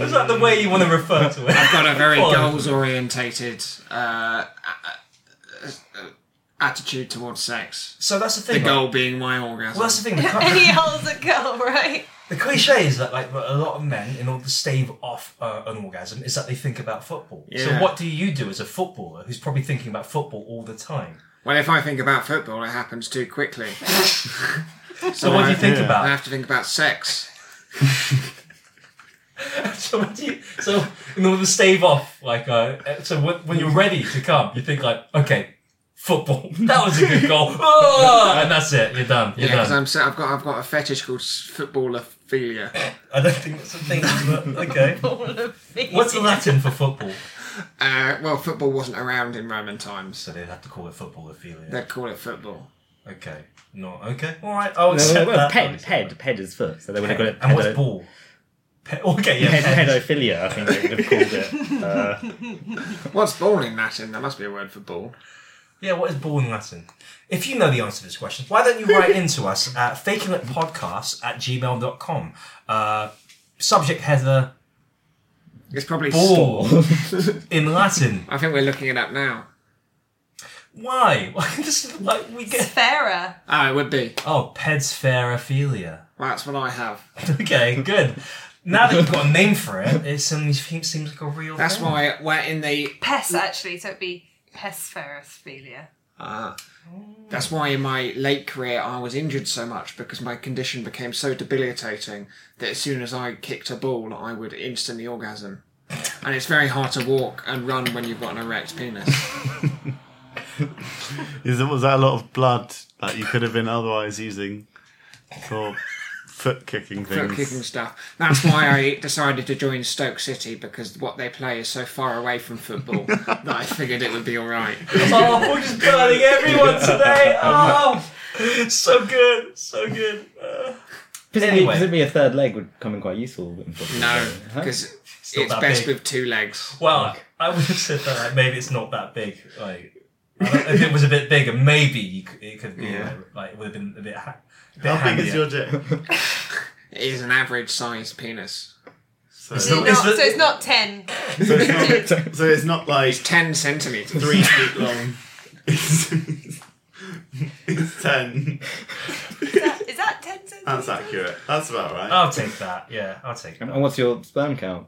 [SPEAKER 1] Is that the way you want to refer to it?
[SPEAKER 2] I've got a very
[SPEAKER 1] Follow.
[SPEAKER 2] goals orientated uh, a- a- a- attitude towards sex.
[SPEAKER 1] So that's the
[SPEAKER 2] The
[SPEAKER 1] thing. like-
[SPEAKER 2] goal being my orgasm.
[SPEAKER 1] Well, that's the thing. the cu-
[SPEAKER 6] any hole's a girl, right?
[SPEAKER 1] The cliche is that like a lot of men, in order to stave off uh, an orgasm, is that they think about football. So
[SPEAKER 2] Yeah.
[SPEAKER 1] what do you do as a footballer who's probably thinking about football all the time?
[SPEAKER 2] well, if I think about football, it happens too quickly.
[SPEAKER 1] So what do you think
[SPEAKER 5] Yeah.
[SPEAKER 2] I
[SPEAKER 1] about?
[SPEAKER 2] have to think about sex.
[SPEAKER 1] So what do you? So in order to stave off, like, uh, so when, when you're ready to come, you think like, okay, football. That was a good goal, Oh, and that's it. You're done. You're
[SPEAKER 2] Yeah, because
[SPEAKER 1] done.
[SPEAKER 2] I'm se- I've got I've got a fetish called s- footballophilia.
[SPEAKER 1] I don't think that's a thing. But okay. What's the Latin for football?
[SPEAKER 2] Uh, well, football wasn't around in Roman times.
[SPEAKER 1] So they have to call it football ophelia.
[SPEAKER 2] They'd call it football.
[SPEAKER 1] Okay. No. Okay. All right. I'll
[SPEAKER 5] No,
[SPEAKER 1] accept
[SPEAKER 5] well,
[SPEAKER 1] that.
[SPEAKER 5] ped, ped, ped is foot, so they would have got it.
[SPEAKER 1] And what's
[SPEAKER 5] pedo-
[SPEAKER 1] ball? Pe- okay, yeah.
[SPEAKER 5] Ped-
[SPEAKER 1] ped-
[SPEAKER 5] pedophilia, I think they would have called it. Uh,
[SPEAKER 2] What's ball in Latin? There must be a word for ball.
[SPEAKER 1] Yeah, what is ball in Latin? If you know the answer to this question, why don't you write into us at fakingitpodcasts at gmail.com? Uh, subject header
[SPEAKER 2] It's probably
[SPEAKER 1] ball in Latin.
[SPEAKER 2] I think we're looking it up now.
[SPEAKER 1] Why? this is like we get.
[SPEAKER 6] Fairer.
[SPEAKER 2] Oh, it would be.
[SPEAKER 1] Oh, pedspherophilia.
[SPEAKER 2] Well, that's what I have.
[SPEAKER 1] Okay, good. Now that you've got a name for it, it seems, seems like a real
[SPEAKER 2] That's
[SPEAKER 1] thing.
[SPEAKER 2] why we're in the.
[SPEAKER 6] Pes, actually, so it'd be pespherophilia.
[SPEAKER 2] Ah. that's why in my late career I was injured so much because my condition became so debilitating that as soon as I kicked a ball, I would instantly orgasm. And it's very hard to walk and run when you've got an erect penis.
[SPEAKER 3] Is it was that a lot of blood that you could have been otherwise using for foot kicking
[SPEAKER 2] foot
[SPEAKER 3] things?
[SPEAKER 2] kicking stuff. That's why I decided to join Stoke City because what they play is so far away from football that I figured it would be all right.
[SPEAKER 1] Oh, we're just burning everyone today. Oh, so good, so good. Uh,
[SPEAKER 5] presumably,
[SPEAKER 1] Anyway.
[SPEAKER 5] presumably a third leg would come in quite useful. in football.
[SPEAKER 2] No,
[SPEAKER 5] Huh?
[SPEAKER 2] because
[SPEAKER 1] Still
[SPEAKER 2] it's
[SPEAKER 1] Uh-huh. that
[SPEAKER 2] best
[SPEAKER 1] big.
[SPEAKER 2] with two legs.
[SPEAKER 1] well, I would have said that like, maybe it's not that big. Like, I don't- if it was a bit bigger, maybe you could, it could be
[SPEAKER 3] Yeah.
[SPEAKER 1] like, like, it would have been a bit. Ha- a bit
[SPEAKER 3] How big is
[SPEAKER 1] handier.
[SPEAKER 3] your dick?
[SPEAKER 2] It is an average sized penis.
[SPEAKER 3] So,
[SPEAKER 1] It's
[SPEAKER 3] so
[SPEAKER 1] not-
[SPEAKER 6] Not-
[SPEAKER 1] it's the-
[SPEAKER 6] so it's not 10.
[SPEAKER 3] it's not, so it's not like
[SPEAKER 2] It's 10 centimetres.
[SPEAKER 3] three feet long. It's, it's ten.
[SPEAKER 6] Is that 10 centimetres?
[SPEAKER 3] That's accurate. That's about right.
[SPEAKER 1] I'll take that. Yeah, I'll take
[SPEAKER 5] And
[SPEAKER 1] that.
[SPEAKER 5] what's your sperm count?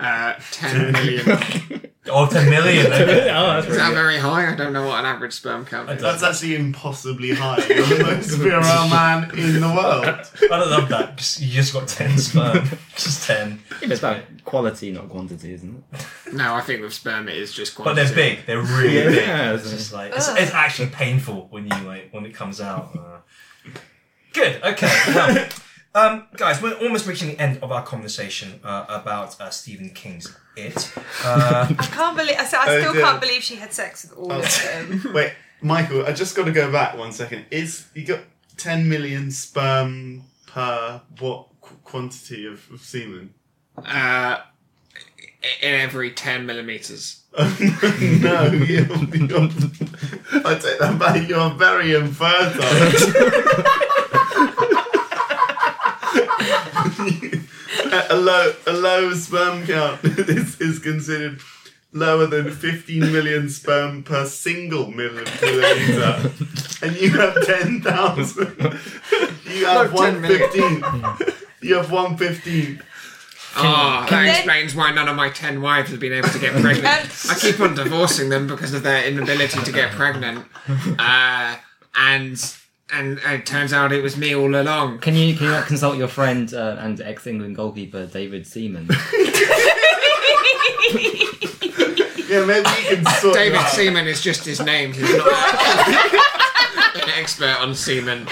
[SPEAKER 2] Uh, 10 million. Is
[SPEAKER 1] Oh, 10 million. okay.
[SPEAKER 5] that's
[SPEAKER 2] that very high? I don't know what an average sperm count is.
[SPEAKER 3] That's actually impossibly high. You're the most virile man in the world.
[SPEAKER 1] I don't love that. Just- You just got 10 sperm. Just 10.
[SPEAKER 5] It's about quality, not quantity, isn't it?
[SPEAKER 2] No, I think with sperm it is just
[SPEAKER 1] But
[SPEAKER 2] quantity.
[SPEAKER 1] they're big. They're really
[SPEAKER 5] Yeah.
[SPEAKER 1] big.
[SPEAKER 5] Yeah.
[SPEAKER 1] It's just like it's, it's actually painful when you like when it comes out. Uh, good. Okay. Well, um, guys, we're almost reaching the end of our conversation uh, about uh, Stephen King's It. Uh,
[SPEAKER 6] I can't believe. I, so I
[SPEAKER 3] Oh,
[SPEAKER 6] still
[SPEAKER 3] dear.
[SPEAKER 6] can't believe she had sex with
[SPEAKER 1] Oh.
[SPEAKER 6] all of them.
[SPEAKER 3] Wait, Michael, I just got to go back one second. Is you got ten million sperm per what qu- quantity of, of semen?
[SPEAKER 2] Uh, in every 10 millimetres.
[SPEAKER 3] no, you're, you're, I take that back. You're very infertile. a low, a low sperm count is, is considered lower than 15 million sperm per single milliliter, and you have 10,000. You have
[SPEAKER 2] No, 10 million.
[SPEAKER 3] 115. You have 115.
[SPEAKER 2] Ah, that
[SPEAKER 6] they-
[SPEAKER 2] explains why none of my ten wives have been able to get pregnant.
[SPEAKER 6] Um,
[SPEAKER 2] I keep on divorcing them because of their inability to get pregnant. Uh, and and it turns out it was me all along.
[SPEAKER 5] Can you can you consult your friend uh, and ex England goalkeeper David Seaman?
[SPEAKER 3] Yeah, maybe you can sort it
[SPEAKER 2] David
[SPEAKER 3] out.
[SPEAKER 2] Seaman is just his name. He's not an expert on semen.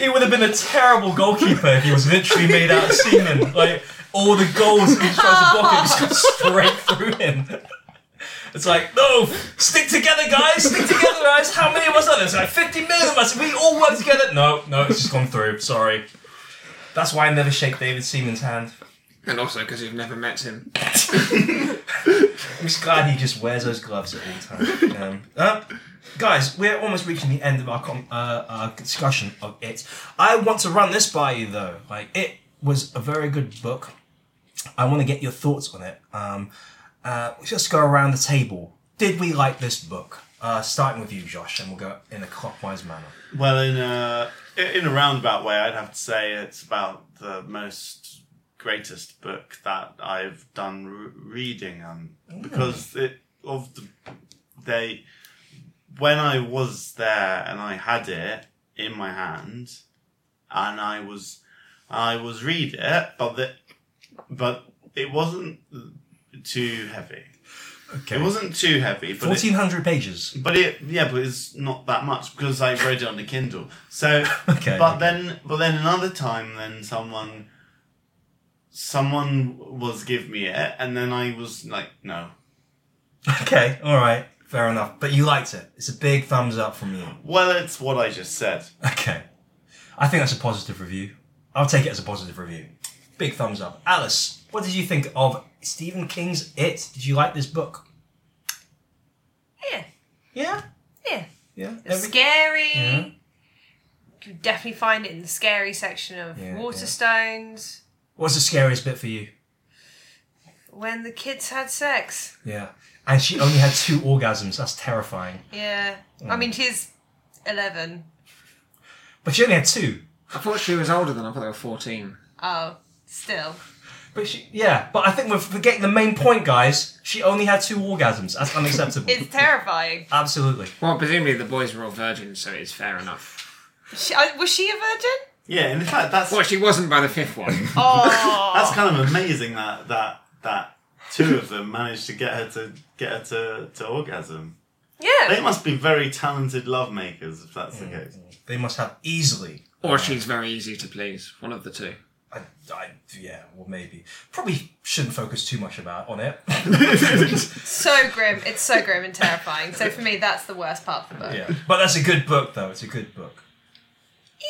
[SPEAKER 1] it would have been a terrible goalkeeper if he was literally made out of semen. Like all the goals he tries to block it just go straight through him. It's like, no, stick together, guys, stick together, guys. How many of us are there? It's like 50 million of us. We all work together. No, no, it's just gone through. Sorry. That's why I never shake David Seaman's hand.
[SPEAKER 2] And also because you've never met him.
[SPEAKER 1] I'm just glad he just wears those gloves at all times. Um, uh, guys, we're almost reaching the end of our, com- uh, our discussion of it. I want to run this by you though. Like it was a very good book. I want to get your thoughts on it. Um, uh, let's just go around the table. Did we like this book? Uh, starting with you, Josh, and we'll go in a clockwise manner.
[SPEAKER 3] Well, in a in a roundabout way, I'd have to say it's about the most greatest book that I've done re- reading, um, because it of the they when I was there and I had it in my hand, and I was I was read it, but the, but it wasn't too heavy.
[SPEAKER 1] Okay.
[SPEAKER 3] It wasn't too heavy, but it-
[SPEAKER 1] 1400 pages.
[SPEAKER 3] but it, yeah, but it's not that much because I read it on the Kindle. So,
[SPEAKER 1] Okay.
[SPEAKER 3] but then, but then another time, then someone, someone was give me it, and then I was like, no.
[SPEAKER 1] Okay, all right, fair enough. But you liked it. It's a big thumbs up from you.
[SPEAKER 3] Well, it's what I just said.
[SPEAKER 1] Okay. I think that's a positive review. I'll take it as a positive review. Big thumbs up. Alice, what did you think of Stephen King's It? Did you like this book?
[SPEAKER 6] Yeah,
[SPEAKER 1] Yeah?
[SPEAKER 6] yeah.
[SPEAKER 1] Yeah.
[SPEAKER 6] It's
[SPEAKER 1] Every-
[SPEAKER 6] scary.
[SPEAKER 1] Yeah.
[SPEAKER 6] You definitely find it in the scary section of
[SPEAKER 1] Yeah,
[SPEAKER 6] Waterstones
[SPEAKER 1] What's the scariest bit for you?
[SPEAKER 6] when the kids had sex.
[SPEAKER 1] Yeah. And she only had two orgasms. That's terrifying.
[SPEAKER 6] Yeah, I mean she's eleven.
[SPEAKER 1] But she only had two.
[SPEAKER 2] I thought she was older than I thought they were 14.
[SPEAKER 6] Oh, still.
[SPEAKER 1] But she, yeah. But I think we're forgetting the main point, guys. She only had two orgasms. That's unacceptable.
[SPEAKER 6] It's terrifying.
[SPEAKER 1] Absolutely.
[SPEAKER 2] Well, presumably the boys were all virgins, so it's fair enough.
[SPEAKER 6] She, uh, was she a virgin?
[SPEAKER 3] Yeah, and in fact, that's
[SPEAKER 2] Well, she wasn't by the fifth one.
[SPEAKER 6] Oh,
[SPEAKER 3] that's kind of amazing that that that two of them managed to get her to get her to, to orgasm. They
[SPEAKER 6] yeah.
[SPEAKER 3] must be very talented lovemakers if that's the case.
[SPEAKER 1] They must have easily.
[SPEAKER 2] or she's very easy to please. One of the two.
[SPEAKER 1] I, I, yeah, well, maybe. Probably shouldn't focus too much about on it.
[SPEAKER 6] So grim. It's so grim and terrifying. So for me, that's the worst part of the book.
[SPEAKER 1] yeah. But that's a good book, though. It's a good book.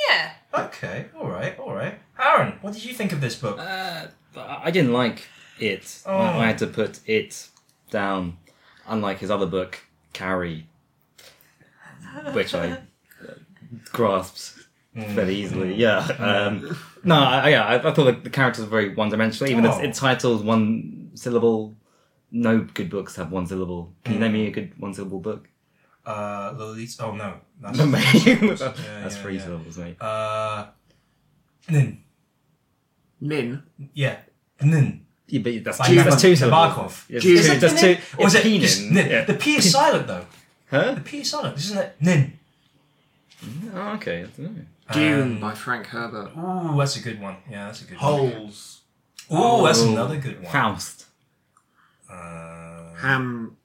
[SPEAKER 6] Yeah.
[SPEAKER 1] Okay. All right. All right. Aaron, what did you think of this book?
[SPEAKER 5] Uh, But I I didn't like it. I-
[SPEAKER 1] Oh.
[SPEAKER 5] I had to put it down, unlike his other book, Carrie, which I uh, grasped fairly easily. Yeah. Um, no, I, I- yeah, I, I thought the, the characters were very one dimensional. Even though
[SPEAKER 1] Oh.
[SPEAKER 5] it's, it's titled one syllable. No good books have one syllable. Can you name me a good one syllable book?
[SPEAKER 1] Uh, Lolita. Oh no. That's,
[SPEAKER 5] That's
[SPEAKER 1] yeah,
[SPEAKER 5] three
[SPEAKER 1] yeah.
[SPEAKER 5] syllables, mate.
[SPEAKER 1] uh, Nin.
[SPEAKER 2] Min.
[SPEAKER 1] Yeah. Nin.
[SPEAKER 5] Yeah, but that's
[SPEAKER 1] By
[SPEAKER 5] two, that's two
[SPEAKER 1] Nabokov.
[SPEAKER 5] syllables. It's two-
[SPEAKER 2] Is it
[SPEAKER 5] that's two.
[SPEAKER 1] Or is
[SPEAKER 5] it's
[SPEAKER 1] it
[SPEAKER 5] Heenan,
[SPEAKER 1] just Nin?
[SPEAKER 5] yeah.
[SPEAKER 1] The P is silent though.
[SPEAKER 5] Huh?
[SPEAKER 1] The P is silent, isn't it? Nin.
[SPEAKER 5] Oh, okay. I don't know.
[SPEAKER 2] Dune by Frank Herbert.
[SPEAKER 1] Ooh, that's a good one. Yeah, that's a good
[SPEAKER 3] Holes.
[SPEAKER 1] one. Ooh, that's
[SPEAKER 5] Oh.
[SPEAKER 1] another good one.
[SPEAKER 5] Faust.
[SPEAKER 1] Uh,
[SPEAKER 2] Ham.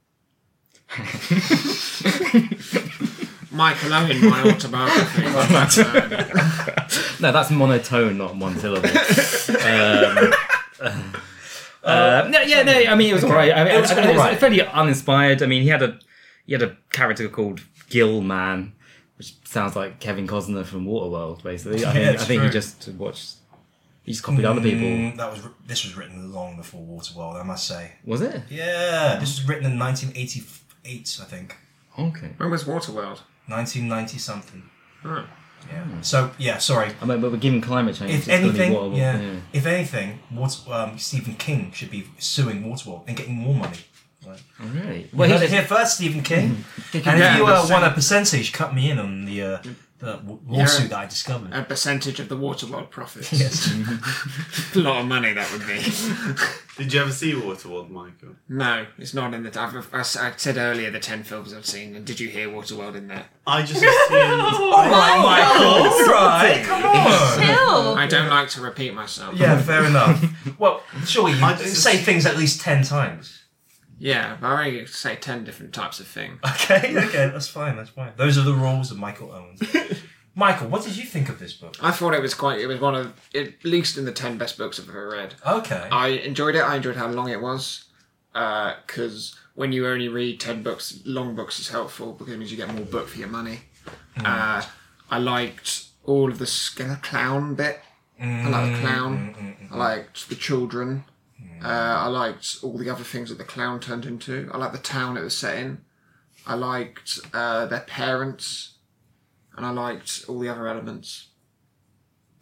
[SPEAKER 2] Michael Owen, my autobiography. But, uh,
[SPEAKER 5] No, that's monotone, not one syllable. um, uh, no, yeah, no. I mean, it was alright. I mean,
[SPEAKER 1] It was
[SPEAKER 5] I- I- it
[SPEAKER 1] alright.
[SPEAKER 5] was fairly uninspired. I mean, he had a he had a character called Gill Man, which sounds like Kevin Costner from Waterworld, basically.
[SPEAKER 1] Yeah,
[SPEAKER 5] I think,
[SPEAKER 1] it's
[SPEAKER 5] I think he
[SPEAKER 1] true.
[SPEAKER 5] just watched. He just copied other people.
[SPEAKER 1] mm, that was wr- this was written long before Waterworld, I must say.
[SPEAKER 5] Was it?
[SPEAKER 1] Yeah, this was written in 1988, I think.
[SPEAKER 5] Okay.
[SPEAKER 2] when was Waterworld?
[SPEAKER 1] 1990 something.
[SPEAKER 2] Oh.
[SPEAKER 1] Yeah. So yeah, sorry.
[SPEAKER 5] I mean, but we're given climate change.
[SPEAKER 1] If
[SPEAKER 5] it's gonna be
[SPEAKER 1] anything,
[SPEAKER 5] Waterworld,
[SPEAKER 1] yeah, If anything, Water, um, Stephen King should be suing Waterworld and getting more money.
[SPEAKER 5] Oh, really?
[SPEAKER 1] Well,
[SPEAKER 5] Well,
[SPEAKER 1] heard it
[SPEAKER 5] he's,
[SPEAKER 1] here first, Stephen King.
[SPEAKER 5] Think
[SPEAKER 1] and if
[SPEAKER 2] yeah,
[SPEAKER 1] you
[SPEAKER 2] but
[SPEAKER 1] uh,
[SPEAKER 2] so-
[SPEAKER 1] want a percentage, cut me in on the, uh, the w- lawsuit that I discovered.
[SPEAKER 2] A percentage of the Waterworld profits.
[SPEAKER 1] yes.
[SPEAKER 2] A lot of money that would be.
[SPEAKER 3] Did you ever see Waterworld, Michael?
[SPEAKER 2] No, it's not in the. I've, I s- I said earlier the 10 films I've seen, and did you hear Waterworld in there?
[SPEAKER 3] I just assumed.
[SPEAKER 1] All right, Michael. All right, come on.
[SPEAKER 6] Still.
[SPEAKER 2] I don't like to repeat myself.
[SPEAKER 1] Yeah, fair enough. Well, surely you
[SPEAKER 3] I just-
[SPEAKER 1] say things at least ten times.
[SPEAKER 2] Yeah, I already say 10 different types of thing.
[SPEAKER 1] Okay, okay, that's fine, that's fine. Those are the rules of Michael Owens. Michael, what did you think of this book?
[SPEAKER 2] I thought it was quite. It was one of. At least in the 10 best books I've ever read.
[SPEAKER 1] Okay.
[SPEAKER 2] I enjoyed it. I enjoyed how long it was. Because when you only read 10 books, long books is helpful because it means you get more book for your money. Uh, I liked all of the sc- clown bit. I like the clown. I liked the children. Uh, I liked all the other things that the clown turned into. I liked the town it was set in. I liked uh, their parents. And I liked all the other elements.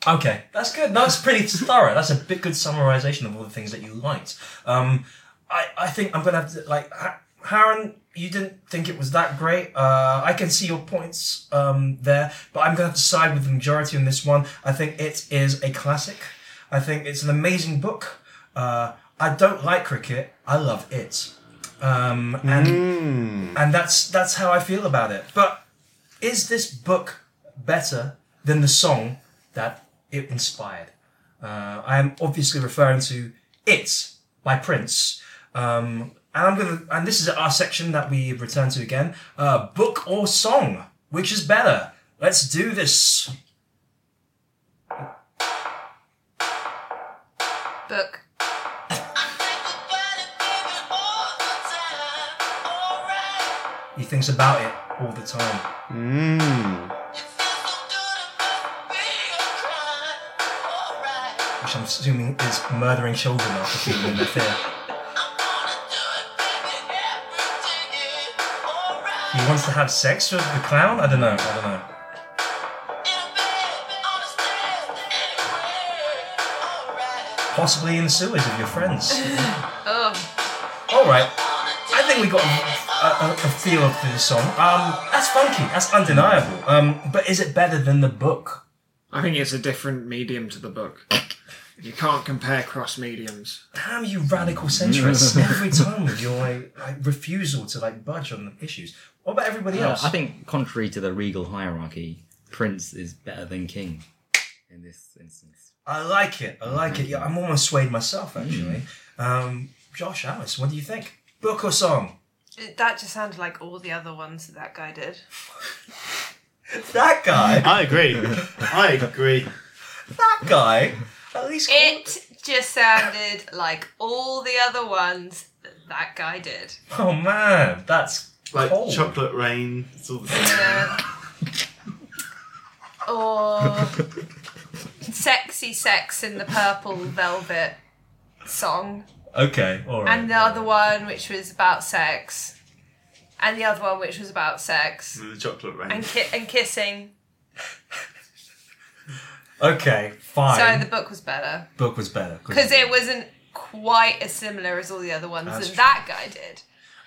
[SPEAKER 1] Okay, that's good. No, that's pretty thorough. That's a bit good summarization of all the things that you liked. Um, I, I think I'm gonna have to like Ha- Haran. You didn't think it was that great. Uh, I can see your points um, there, but I'm gonna have to side with the majority on this one. I think it is a classic. I think it's an amazing book. Uh, I don't like cricket. I love it, um, and and that's that's how I feel about it. But is this book better than the song that it inspired? Uh, I am obviously referring to "It" by Prince, um, and I'm gonna and this is our section that we return to again: uh, book or song, which is better? Let's do this.
[SPEAKER 6] Book.
[SPEAKER 1] He thinks about it all the time.
[SPEAKER 3] Mm.
[SPEAKER 1] which I'm assuming is murdering children after feeding them their fear. He wants to have sex with the clown? I don't know. I don't know. Possibly in the sewers with your friends.
[SPEAKER 6] Oh,
[SPEAKER 1] All right. I think we got a, a, a feel of this song. Um, that's funky. That's undeniable. Um, but is it better than the book?
[SPEAKER 2] I think it's a different medium to the book. You can't compare cross mediums.
[SPEAKER 1] Damn you, radical centrists! Every time with your like, like, refusal to like budge on the issues. What about everybody
[SPEAKER 5] Yeah,
[SPEAKER 1] else?
[SPEAKER 5] I think, contrary to the regal hierarchy, Prince is better than King in this instance.
[SPEAKER 1] I like it. I like it. Yeah, I'm almost swayed myself actually.
[SPEAKER 5] Hmm.
[SPEAKER 1] Um, Josh, Alice, what do you think? Book or song?
[SPEAKER 6] it- that just sounded like all the other ones that that guy did.
[SPEAKER 1] That guy.
[SPEAKER 3] I agree. I agree.
[SPEAKER 1] That guy. At least.
[SPEAKER 6] It just sounded like all the other ones that that guy did.
[SPEAKER 1] Oh man, that's
[SPEAKER 3] Like
[SPEAKER 1] cold.
[SPEAKER 3] chocolate rain. It's all the same.
[SPEAKER 6] Um, or sexy sex in the purple velvet song,
[SPEAKER 1] Okay, all right.
[SPEAKER 6] and the other one which was about sex, and the other one which was about sex
[SPEAKER 3] With the chocolate rain.
[SPEAKER 6] and ki- and kissing.
[SPEAKER 1] Okay, fine.
[SPEAKER 6] So the book was better
[SPEAKER 1] book was better
[SPEAKER 6] because it wasn't quite as similar as all the other ones
[SPEAKER 1] That's
[SPEAKER 6] that that guy did.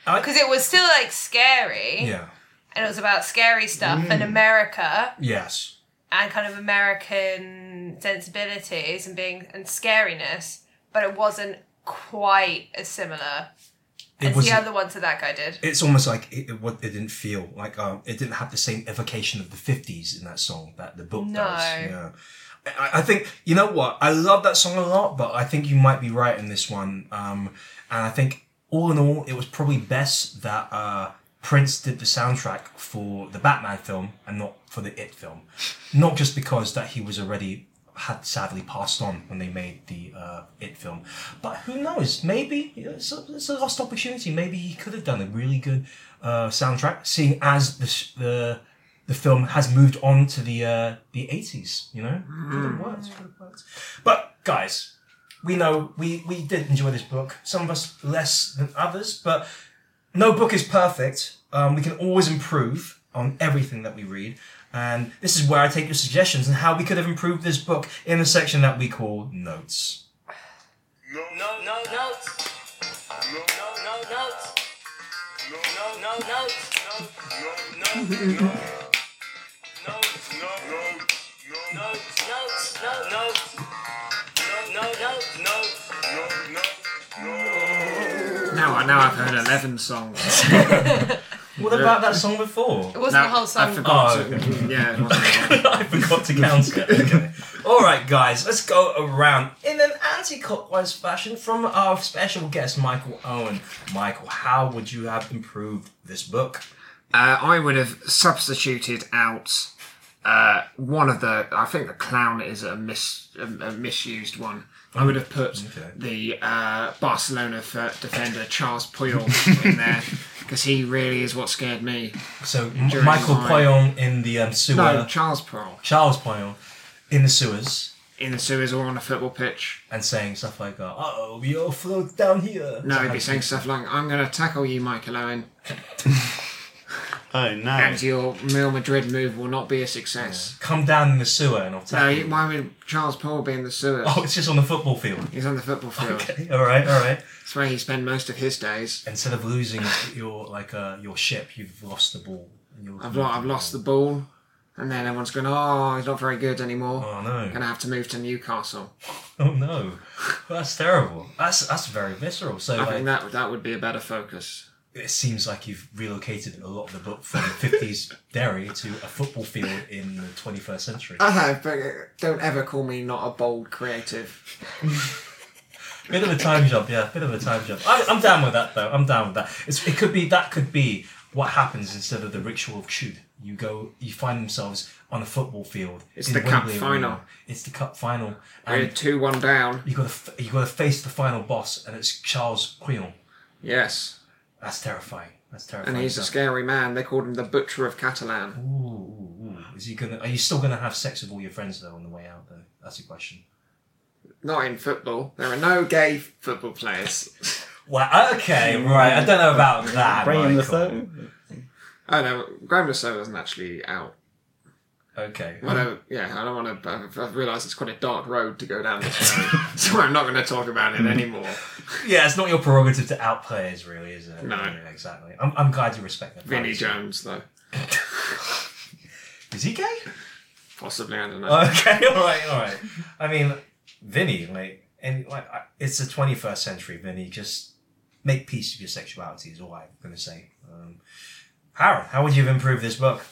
[SPEAKER 1] I-
[SPEAKER 6] Because it was still like scary,
[SPEAKER 1] Yeah.
[SPEAKER 6] and it was about scary stuff and America
[SPEAKER 1] Yes.
[SPEAKER 6] and kind of American sensibilities and being and scariness, but it wasn't quite as similar
[SPEAKER 1] It
[SPEAKER 6] as
[SPEAKER 1] was.
[SPEAKER 6] the other ones that that guy did.
[SPEAKER 1] It's almost like it, it, what it didn't feel like. Um, it didn't have the same evocation of the fifties in that song that the book
[SPEAKER 6] No.
[SPEAKER 1] does. Yeah. I, I think you know what I love that song a lot, but I think you might be right in this one. Um, and I think all in all, it was probably best that uh, Prince did the soundtrack for the Batman film and not for the It film, not just because that he was already had sadly passed on when they made the uh, It film. But who knows? Maybe you know, it's a, it's a lost opportunity. Maybe he could have done a really good uh, soundtrack, seeing as the sh- the the film has moved on to the uh, the eighties. You know, could have worked, could have worked. But guys, we know we we did enjoy this book. Some of us less than others, but no book is perfect. Um, we can always improve on everything that we read. And this is where I take your suggestions and how we could have improved this book in the section that we call notes.
[SPEAKER 7] No, no, no, notes. No, no, no, notes. No, no, no, notes. No, no, no, no. Notes, no, no, no, notes, notes, no, notes. No, no, no, notes. No, no, no.
[SPEAKER 2] Now, I now I've heard eleven songs.
[SPEAKER 1] What about that song before?
[SPEAKER 6] It wasn't
[SPEAKER 2] Now,
[SPEAKER 6] the whole
[SPEAKER 2] I
[SPEAKER 6] song.
[SPEAKER 2] forgot.
[SPEAKER 1] Oh,
[SPEAKER 2] to- yeah, it wasn't.
[SPEAKER 1] I forgot to count it. Okay. All right, guys, let's go around in an anti-clockwise fashion from our special guest, Michael Owen. Michael, how would you have improved this book?
[SPEAKER 2] Uh, I would have substituted out uh, one of the. I think the clown is a mis a, a misused one. I would have put
[SPEAKER 1] Okay.
[SPEAKER 2] the uh, Barcelona f- defender Charles Puyol in there because he really is what scared me.
[SPEAKER 1] So, M- Michael
[SPEAKER 2] mine.
[SPEAKER 1] Poyon in the um, sewer,
[SPEAKER 2] No, Charles Puyol
[SPEAKER 1] Charles Poyon in the sewers,
[SPEAKER 2] in the sewers or on a football pitch.
[SPEAKER 1] and saying stuff like, "Uh oh, we all float down here."
[SPEAKER 2] No, he'd be saying stuff like, "I'm going to tackle you, Michael Owen,
[SPEAKER 3] Oh no.
[SPEAKER 2] and your Real Madrid move will not be a success."
[SPEAKER 1] "Come down in the sewer," and I'll tell
[SPEAKER 2] No,
[SPEAKER 1] you.
[SPEAKER 2] why would Charles Puyol be in the sewers?
[SPEAKER 1] Oh, it's just on the football field.
[SPEAKER 2] He's on the football field.
[SPEAKER 1] Okay, all right, all right.
[SPEAKER 2] It's where he spent most of his days.
[SPEAKER 1] Instead of losing your like uh, your ship, you've lost the ball. You're-
[SPEAKER 2] I've, lo- I've lost the ball. And then everyone's going, oh, he's not very good anymore.
[SPEAKER 1] Oh no!
[SPEAKER 2] Going to have to move to Newcastle.
[SPEAKER 1] Oh no, that's terrible. That's that's very visceral. So
[SPEAKER 2] I think
[SPEAKER 1] like,
[SPEAKER 2] that that would be a better focus.
[SPEAKER 1] it seems like you've relocated a lot of the book from fifties dairy to a football field in the twenty first century.
[SPEAKER 2] I know, but uh, don't ever call me not a bold creative.
[SPEAKER 1] Bit of a time jump, yeah. Bit of a time jump. I, I'm down with that though. I'm down with that. It's, it could be that could be what happens instead of the ritual of shoot. You go, you find themselves on a football field.
[SPEAKER 2] It's
[SPEAKER 1] in
[SPEAKER 2] the cup
[SPEAKER 1] Wembley
[SPEAKER 2] final.
[SPEAKER 1] Arena. It's the cup final,
[SPEAKER 2] We're
[SPEAKER 1] and
[SPEAKER 2] 2 1 down.
[SPEAKER 1] you got to you got to face the final boss, and it's Charles Quillon.
[SPEAKER 2] Yes.
[SPEAKER 1] That's terrifying. That's terrifying.
[SPEAKER 2] And he's a
[SPEAKER 1] stuff.
[SPEAKER 2] scary man. They called him the Butcher of Catalan.
[SPEAKER 1] Ooh, ooh, ooh. Is he gonna? Are you still gonna have sex with all your friends though on the way out? Though that's the question.
[SPEAKER 2] Not in football. There are no gay football players.
[SPEAKER 1] Well, okay, right. I don't know about that.
[SPEAKER 5] Brain the
[SPEAKER 1] Michael.
[SPEAKER 5] third.
[SPEAKER 2] Oh no, Graham Lasso isn't actually out.
[SPEAKER 1] Okay.
[SPEAKER 2] I don't, yeah, I don't want to. I've, I've realised it's quite a dark road to go down this road, so I'm not going to talk about it anymore.
[SPEAKER 1] Yeah, it's not your prerogative to out players, really, is it?
[SPEAKER 2] No.
[SPEAKER 1] Yeah, exactly. I'm, I'm glad you respect that.
[SPEAKER 2] Vinnie
[SPEAKER 1] privacy.
[SPEAKER 2] Jones, though,
[SPEAKER 1] Is he gay?
[SPEAKER 2] possibly. I don't know.
[SPEAKER 1] Okay, all right, all right. I mean, Vinny, like, and like, I- it's the 21st century, Vinny. Just make peace with your sexuality is all I'm gonna say. Um, Harold, how would you have improved this book?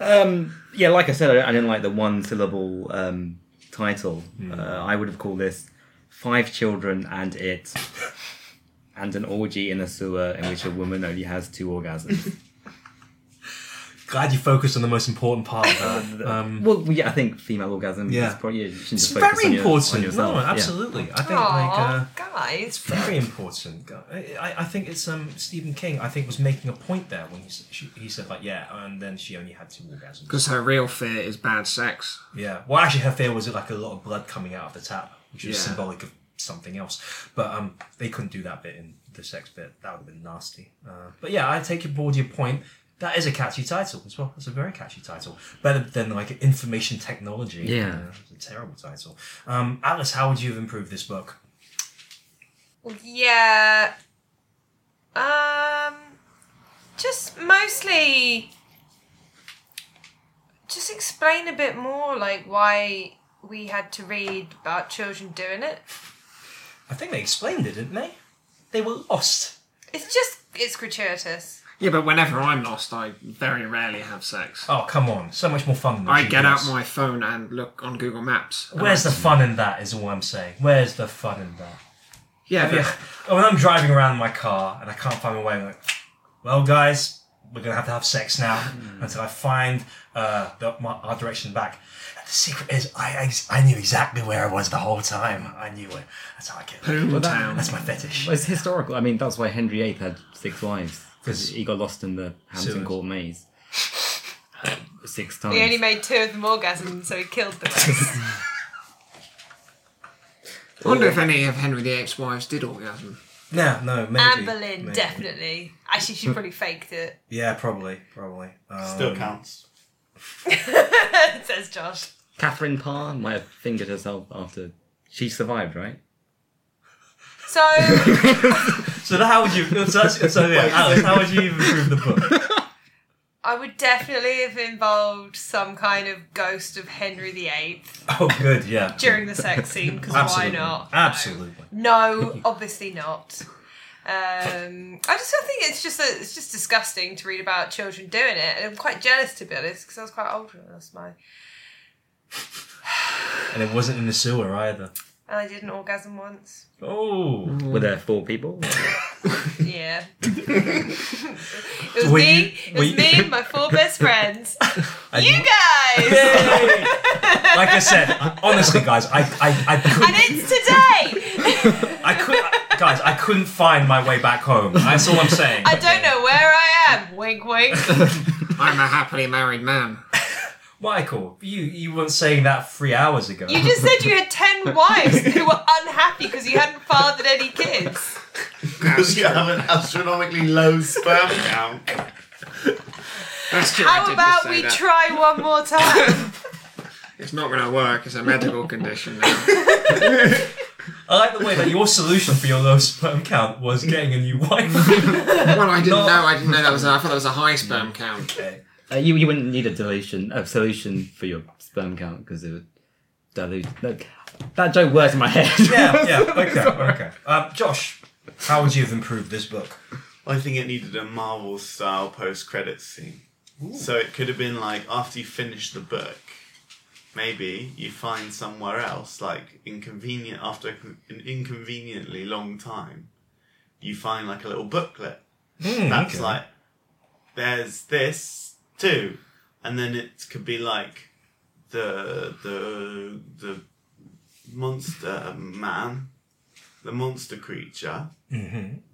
[SPEAKER 5] Um, yeah, like I said, I, I didn't like the one syllable um, title. Uh, I would have called this Five Children and It and an orgy in a sewer in which a woman only has two orgasms.
[SPEAKER 1] Glad you focused on the most important part of that. Um,
[SPEAKER 5] well, yeah, I think female orgasm
[SPEAKER 1] Yeah.
[SPEAKER 5] is probably you shouldn't
[SPEAKER 1] it's
[SPEAKER 5] just focus
[SPEAKER 1] very
[SPEAKER 5] on your- on
[SPEAKER 1] important.
[SPEAKER 5] yourself.
[SPEAKER 1] no,
[SPEAKER 5] Yeah.
[SPEAKER 1] absolutely. I think like. Uh,
[SPEAKER 6] Aw, guys.
[SPEAKER 1] It's very important. I, I- I think it's um, Stephen King. I think was making a point there when he s- she, he said like yeah, and then she only had two orgasms.
[SPEAKER 2] Because her real fear is bad sex.
[SPEAKER 1] Yeah. Well, actually, her fear was like a lot of blood coming out of the tap, which was
[SPEAKER 2] Yeah.
[SPEAKER 1] symbolic of something else. But um, they couldn't do that bit in the sex bit. That would have been nasty. Uh, but yeah, I take aboard your point. That is a catchy title as well. That's a very catchy title. Better than like information technology.
[SPEAKER 5] Yeah.
[SPEAKER 1] Uh, it's a terrible title. Um, Alice, how would you have improved this book?
[SPEAKER 6] Yeah. Um just mostly just explain a bit more like why we had to read about children doing it.
[SPEAKER 1] I think they explained it, didn't they? They were lost.
[SPEAKER 6] It's just it's gratuitous.
[SPEAKER 2] Yeah, but whenever I'm lost, I very rarely have sex.
[SPEAKER 1] Oh come on! So much more fun. Than
[SPEAKER 2] I
[SPEAKER 1] GPS.
[SPEAKER 2] get out my phone and look on Google Maps. and
[SPEAKER 1] Where's
[SPEAKER 2] I-
[SPEAKER 1] the fun in that? Is all I'm saying. Where's the fun in that?
[SPEAKER 2] Yeah,
[SPEAKER 1] Yeah. Oh, When I'm driving around in my car and I can't find my way, I'm like, well, guys, we're gonna have to have sex now until I find uh, the, my, our direction back. And the secret is, I ex- I knew exactly where I was the whole time. I knew it. That's how I get.
[SPEAKER 2] but
[SPEAKER 1] it.
[SPEAKER 2] Boomtown.
[SPEAKER 1] That's my fetish.
[SPEAKER 5] Well, it's historical. I mean, that's why Henry VIII had six wives because
[SPEAKER 1] 'Cause-
[SPEAKER 5] he got lost in the Hampton
[SPEAKER 1] Sewers.
[SPEAKER 5] Court maze
[SPEAKER 1] Um,
[SPEAKER 5] uh, six times.
[SPEAKER 6] He only made two of them orgasm, so he killed the rest.
[SPEAKER 2] I wonder if any of Henry VIII's wives did orgasm.
[SPEAKER 1] No, no, maybe.
[SPEAKER 6] Anne Boleyn,
[SPEAKER 1] maybe.
[SPEAKER 6] definitely. Actually, she probably faked it,
[SPEAKER 1] Yeah, probably, probably. Um,
[SPEAKER 3] Still counts.
[SPEAKER 6] says Josh.
[SPEAKER 5] Catherine Parr might have fingered herself after she survived, right?
[SPEAKER 6] So,
[SPEAKER 1] So how would you? So, that's, so yeah, Alice, how would you even prove the book?
[SPEAKER 6] I would definitely have involved some kind of ghost of Henry VIII
[SPEAKER 1] Oh, good, yeah.
[SPEAKER 6] during the sex scene, because why
[SPEAKER 1] Absolutely.
[SPEAKER 6] not?
[SPEAKER 1] Absolutely.
[SPEAKER 6] No, obviously not. Um, I just I think it's just a, it's just disgusting to read about children doing it, and I'm quite jealous to be honest because I was quite old when I lost mine,
[SPEAKER 1] And it wasn't in the sewer either.
[SPEAKER 6] and I did an orgasm once.
[SPEAKER 1] Oh.
[SPEAKER 5] Were there four people?
[SPEAKER 6] Yeah, it was
[SPEAKER 1] Were
[SPEAKER 6] me,
[SPEAKER 1] you-
[SPEAKER 6] it
[SPEAKER 1] were
[SPEAKER 6] was
[SPEAKER 1] you-
[SPEAKER 6] me, and my four best friends. you guys,
[SPEAKER 1] Yay! like I said, honestly, guys, I, I, I
[SPEAKER 6] and
[SPEAKER 1] couldn't,
[SPEAKER 6] it's today.
[SPEAKER 1] I could, guys, I couldn't find my way back home. That's all I'm saying.
[SPEAKER 6] I don't know where I am. Wink, wink.
[SPEAKER 2] I'm a happily married man.
[SPEAKER 1] Michael, you, you weren't saying that three hours ago.
[SPEAKER 6] You just said you had ten wives who were unhappy because you hadn't fathered any kids.
[SPEAKER 3] Because you have an astronomically low sperm count.
[SPEAKER 2] That's true. I did
[SPEAKER 6] How
[SPEAKER 2] just
[SPEAKER 6] about
[SPEAKER 2] say
[SPEAKER 6] we
[SPEAKER 2] that.
[SPEAKER 6] try one more time?
[SPEAKER 2] It's not going to work. It's a medical condition now.
[SPEAKER 1] I like the way that your solution for your low sperm count was getting a new wife.
[SPEAKER 2] Well, I didn't
[SPEAKER 1] No.
[SPEAKER 2] know. I didn't know that was. I thought that was a high sperm count.
[SPEAKER 1] okay.
[SPEAKER 5] Uh, you you wouldn't need a dilution a solution for your sperm count because it would dilute. That, that joke works in my head.
[SPEAKER 1] Yeah, yeah, okay, okay. Um, Josh, how would you have improved this book?
[SPEAKER 3] I think it needed a Marvel style post credits scene. So it could have been like after you finish the book, maybe you find somewhere else, like inconvenient after an inconveniently long time, you find like a little booklet. That's
[SPEAKER 1] okay.
[SPEAKER 3] like there's this too, and then it could be like the the the monster um, man, the monster creature,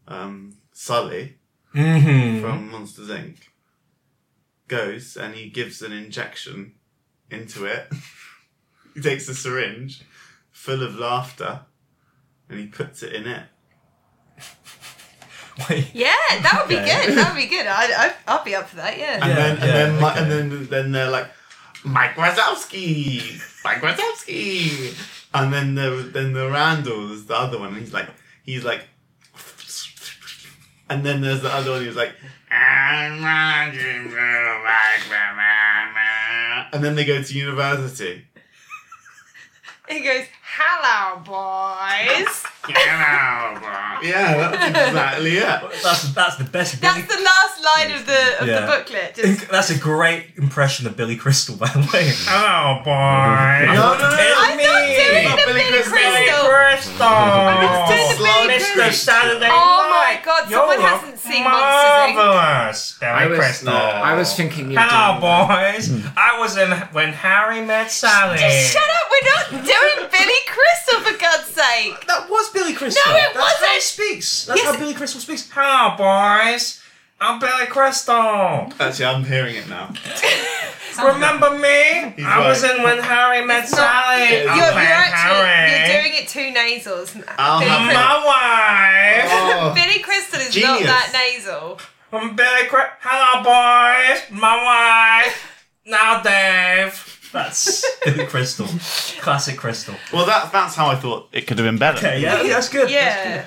[SPEAKER 3] um, Sully
[SPEAKER 1] Mm-hmm.
[SPEAKER 3] from Monsters Inc. goes and he gives an injection into it. he takes a syringe, full of laughter, and he puts it in it.
[SPEAKER 1] Wait,
[SPEAKER 6] Yeah, that would be
[SPEAKER 1] Okay. Uh,
[SPEAKER 6] good. That would be good. I, I, I'll be up for that, yeah.
[SPEAKER 3] And
[SPEAKER 1] Yeah,
[SPEAKER 3] then, and,
[SPEAKER 1] yeah,
[SPEAKER 3] then Mi-
[SPEAKER 1] okay.
[SPEAKER 3] and then then they're like, Mike Wazowski, Mike Wazowski, and then the then the Randall is the other one, and he's like he's like, and then there's the other one who's like, "I'm Roger Moore, Mike Wazowski." and then they go to university.
[SPEAKER 6] He goes, hello, boys.
[SPEAKER 3] Yeah, that's exactly it.
[SPEAKER 1] that's that's the best.
[SPEAKER 6] That's the last line of the of
[SPEAKER 1] Yeah.
[SPEAKER 6] the booklet. Just,
[SPEAKER 1] That's a great impression of Billy Crystal, by the way. Hello, boy.
[SPEAKER 3] No, no,
[SPEAKER 1] Tell
[SPEAKER 3] no,
[SPEAKER 6] I'm
[SPEAKER 1] me.
[SPEAKER 6] not doing
[SPEAKER 3] Not
[SPEAKER 6] the
[SPEAKER 3] Billy
[SPEAKER 6] Billy
[SPEAKER 3] Crystal.
[SPEAKER 6] Crystal.
[SPEAKER 1] Crystal.
[SPEAKER 6] not doing the Billy
[SPEAKER 1] Mr.
[SPEAKER 6] Crystal.
[SPEAKER 1] Saturday
[SPEAKER 6] Oh my
[SPEAKER 1] Night.
[SPEAKER 6] God,
[SPEAKER 1] You
[SPEAKER 6] someone
[SPEAKER 1] look
[SPEAKER 6] hasn't seen Monsters, eh? Inc.
[SPEAKER 1] marvelous. Billy
[SPEAKER 2] I was,
[SPEAKER 1] Crystal.
[SPEAKER 2] I was thinking you
[SPEAKER 1] Hello,
[SPEAKER 2] were doing
[SPEAKER 1] boys. I was in when Harry met Sally.
[SPEAKER 6] Just shut up. We're not doing Billy Crystal, for God's sake.
[SPEAKER 1] That was Billy Crystal.
[SPEAKER 6] No, it
[SPEAKER 1] That's How he
[SPEAKER 6] wasn't.
[SPEAKER 1] speaks. That's
[SPEAKER 6] Yes.
[SPEAKER 1] how Billy Crystal speaks. Hello, boys. I'm Billy Crystal.
[SPEAKER 3] Actually, I'm hearing it now.
[SPEAKER 1] Remember me?
[SPEAKER 3] He's
[SPEAKER 1] I was
[SPEAKER 3] right.
[SPEAKER 1] in when Harry met Sally.
[SPEAKER 3] You're-
[SPEAKER 1] I
[SPEAKER 6] You're,
[SPEAKER 1] played
[SPEAKER 6] you're actually
[SPEAKER 1] Harry.
[SPEAKER 6] you're doing it too nasals. Billy,
[SPEAKER 3] I'll have
[SPEAKER 6] Crystal-
[SPEAKER 1] my wife.
[SPEAKER 3] Oh.
[SPEAKER 6] Billy Crystal is not
[SPEAKER 3] Genius.
[SPEAKER 6] that nasal.
[SPEAKER 1] I'm Billy Crystal. Hello, boys. My wife. Now, Dave. That's Billy Crystal. Classic Crystal.
[SPEAKER 3] Well, that, that's how I thought it could have been better.
[SPEAKER 1] Okay, yeah, that's good. That's good.
[SPEAKER 6] Yeah.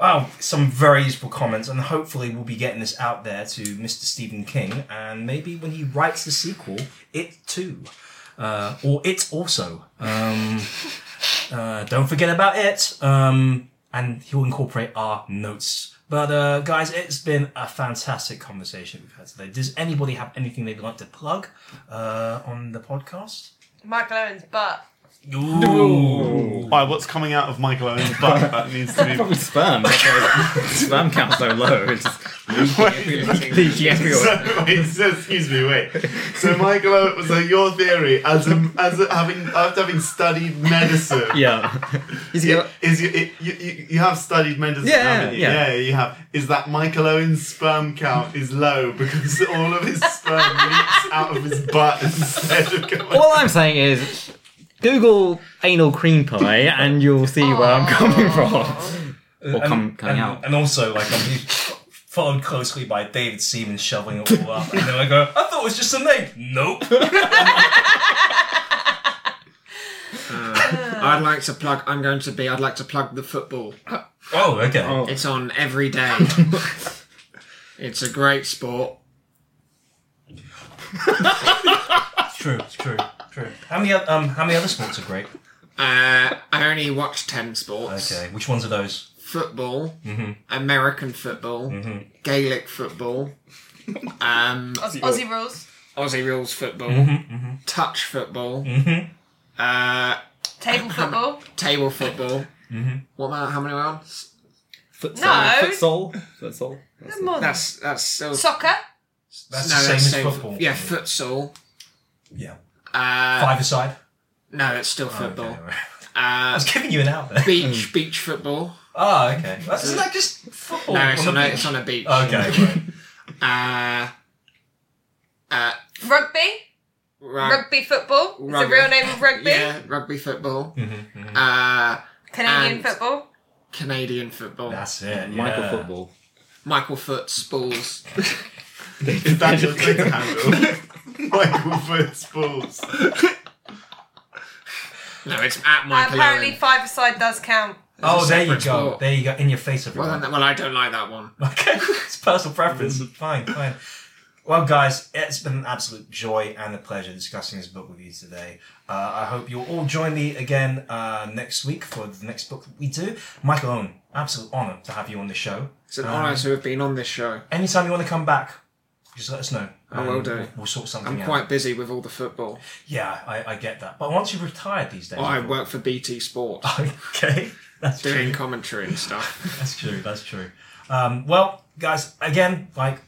[SPEAKER 1] Wow, Oh, some very useful comments, and hopefully we'll be getting this out there to Mr. Stephen King, and maybe when he writes the sequel, it too, uh, or it also. Um, uh, don't forget about it, um, and he'll incorporate our notes. But uh, guys, it's been a fantastic conversation we've had today. Does anybody have anything they'd like to plug uh, on the podcast?
[SPEAKER 6] Michael Owens, but
[SPEAKER 3] Why? What's coming out of Michael Owen's butt? That needs to be
[SPEAKER 5] Probably sperm. sperm count's so low. It's just leaking, leaking everywhere.
[SPEAKER 3] So, wait, so, excuse me, wait. So, Michael, Owen- so your theory, as a, as a, having after having studied medicine,
[SPEAKER 5] Yeah. He's
[SPEAKER 3] i-
[SPEAKER 5] got,
[SPEAKER 3] is you, it, you you you have studied medicine,
[SPEAKER 5] Yeah,
[SPEAKER 3] haven't you?
[SPEAKER 5] yeah.
[SPEAKER 3] you have. Is that Michael Owen's sperm count is low because all of his sperm leaks out of his butt instead of going?
[SPEAKER 5] all I'm saying is Google anal cream pie and you'll see where I'm coming from. Or come, coming
[SPEAKER 1] and,
[SPEAKER 5] out.
[SPEAKER 1] And also, like, I'm being followed closely by David Seaman shoveling it all up. And then I go, I thought it was just a name. Nope.
[SPEAKER 2] it. I'd like to plug. I'm going to be. I'd like to plug the football.
[SPEAKER 1] Oh, okay.
[SPEAKER 2] It's on every day. it's a great sport.
[SPEAKER 1] It's true, it's true, true. How many, oth- um, how many other sports are great?
[SPEAKER 2] Uh, I only watch ten sports:
[SPEAKER 1] Okay, which ones are those?
[SPEAKER 2] football, American football, Gaelic football, um,
[SPEAKER 6] Aussie, Aussie rules.
[SPEAKER 2] Aussie rules football, mm-hmm. touch football,
[SPEAKER 1] Mm-hmm.
[SPEAKER 2] uh,
[SPEAKER 6] Table football.
[SPEAKER 2] table football. What about how many are on? S-
[SPEAKER 5] Futsal.
[SPEAKER 6] No.
[SPEAKER 5] Futsal. Futsal.
[SPEAKER 6] Come on.
[SPEAKER 2] That's that's still
[SPEAKER 6] Soccer.
[SPEAKER 1] That's
[SPEAKER 2] no,
[SPEAKER 1] the same
[SPEAKER 2] that's
[SPEAKER 1] as
[SPEAKER 2] same-
[SPEAKER 1] football.
[SPEAKER 2] Yeah, futsal.
[SPEAKER 1] Yeah.
[SPEAKER 2] Uh,
[SPEAKER 1] Five aside.
[SPEAKER 2] No, it's still
[SPEAKER 1] Okay,
[SPEAKER 2] football.
[SPEAKER 1] all right. I
[SPEAKER 2] Uh,
[SPEAKER 1] was giving you an out there.
[SPEAKER 2] beach beach football.
[SPEAKER 1] Oh, okay. That's, isn't that just football?
[SPEAKER 2] No, it's
[SPEAKER 1] the
[SPEAKER 2] on a,
[SPEAKER 1] beach?
[SPEAKER 2] it's on a beach.
[SPEAKER 1] Okay, right.
[SPEAKER 2] Uh, uh,
[SPEAKER 6] Rugby.
[SPEAKER 2] rug-
[SPEAKER 6] Rugby football. Is the
[SPEAKER 2] Rugby.
[SPEAKER 6] real name of rugby.
[SPEAKER 2] yeah, rugby football.
[SPEAKER 1] Mm-hmm,
[SPEAKER 2] Uh,
[SPEAKER 6] Canadian
[SPEAKER 2] And-
[SPEAKER 6] football.
[SPEAKER 2] Canadian football.
[SPEAKER 1] That's it.
[SPEAKER 5] Michael
[SPEAKER 1] yeah.
[SPEAKER 5] football.
[SPEAKER 2] Michael Foot's balls.
[SPEAKER 3] Is that your Twitter handle? Michael Foots balls.
[SPEAKER 2] no, it's at Michael.
[SPEAKER 6] apparently,
[SPEAKER 2] Owen.
[SPEAKER 6] five aside does count.
[SPEAKER 1] Oh, there you go.
[SPEAKER 2] separate sport.
[SPEAKER 1] There you go. In your face, everyone.
[SPEAKER 2] Well, then, well, I don't like that one.
[SPEAKER 1] Okay, it's personal preference.
[SPEAKER 2] Mm-hmm.
[SPEAKER 1] fine, fine. Well, guys, it's been an absolute joy and a pleasure discussing this book with you today. Uh, I hope you'll all join me again uh, next week for the next book that we do. Michael Owen, absolute honour to have you on the show. Um,
[SPEAKER 2] It's an honour to have been on this show.
[SPEAKER 1] Anytime you want to come back, just let us know.
[SPEAKER 2] I will
[SPEAKER 1] and
[SPEAKER 2] do.
[SPEAKER 1] We'll, we'll sort something
[SPEAKER 2] I'm
[SPEAKER 1] out.
[SPEAKER 2] quite busy with all the football.
[SPEAKER 1] Yeah, I, I get that. But once you're retired these days,
[SPEAKER 2] I work for BT Sport,
[SPEAKER 1] okay, that's true.
[SPEAKER 2] doing commentary and stuff.
[SPEAKER 1] That's true. That's true. Um, well, guys, again, like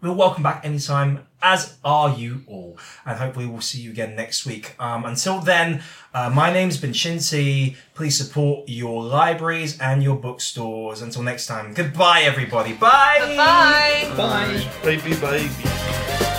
[SPEAKER 1] we're welcome back anytime, as are you all, and hopefully we'll see you again next week. Um, until then, uh, my name's been Shinsi. Please support your libraries and your bookstores. Until next time, goodbye, everybody. Bye.
[SPEAKER 6] Bye.
[SPEAKER 5] Bye.
[SPEAKER 3] Baby, baby.
[SPEAKER 1] Bye.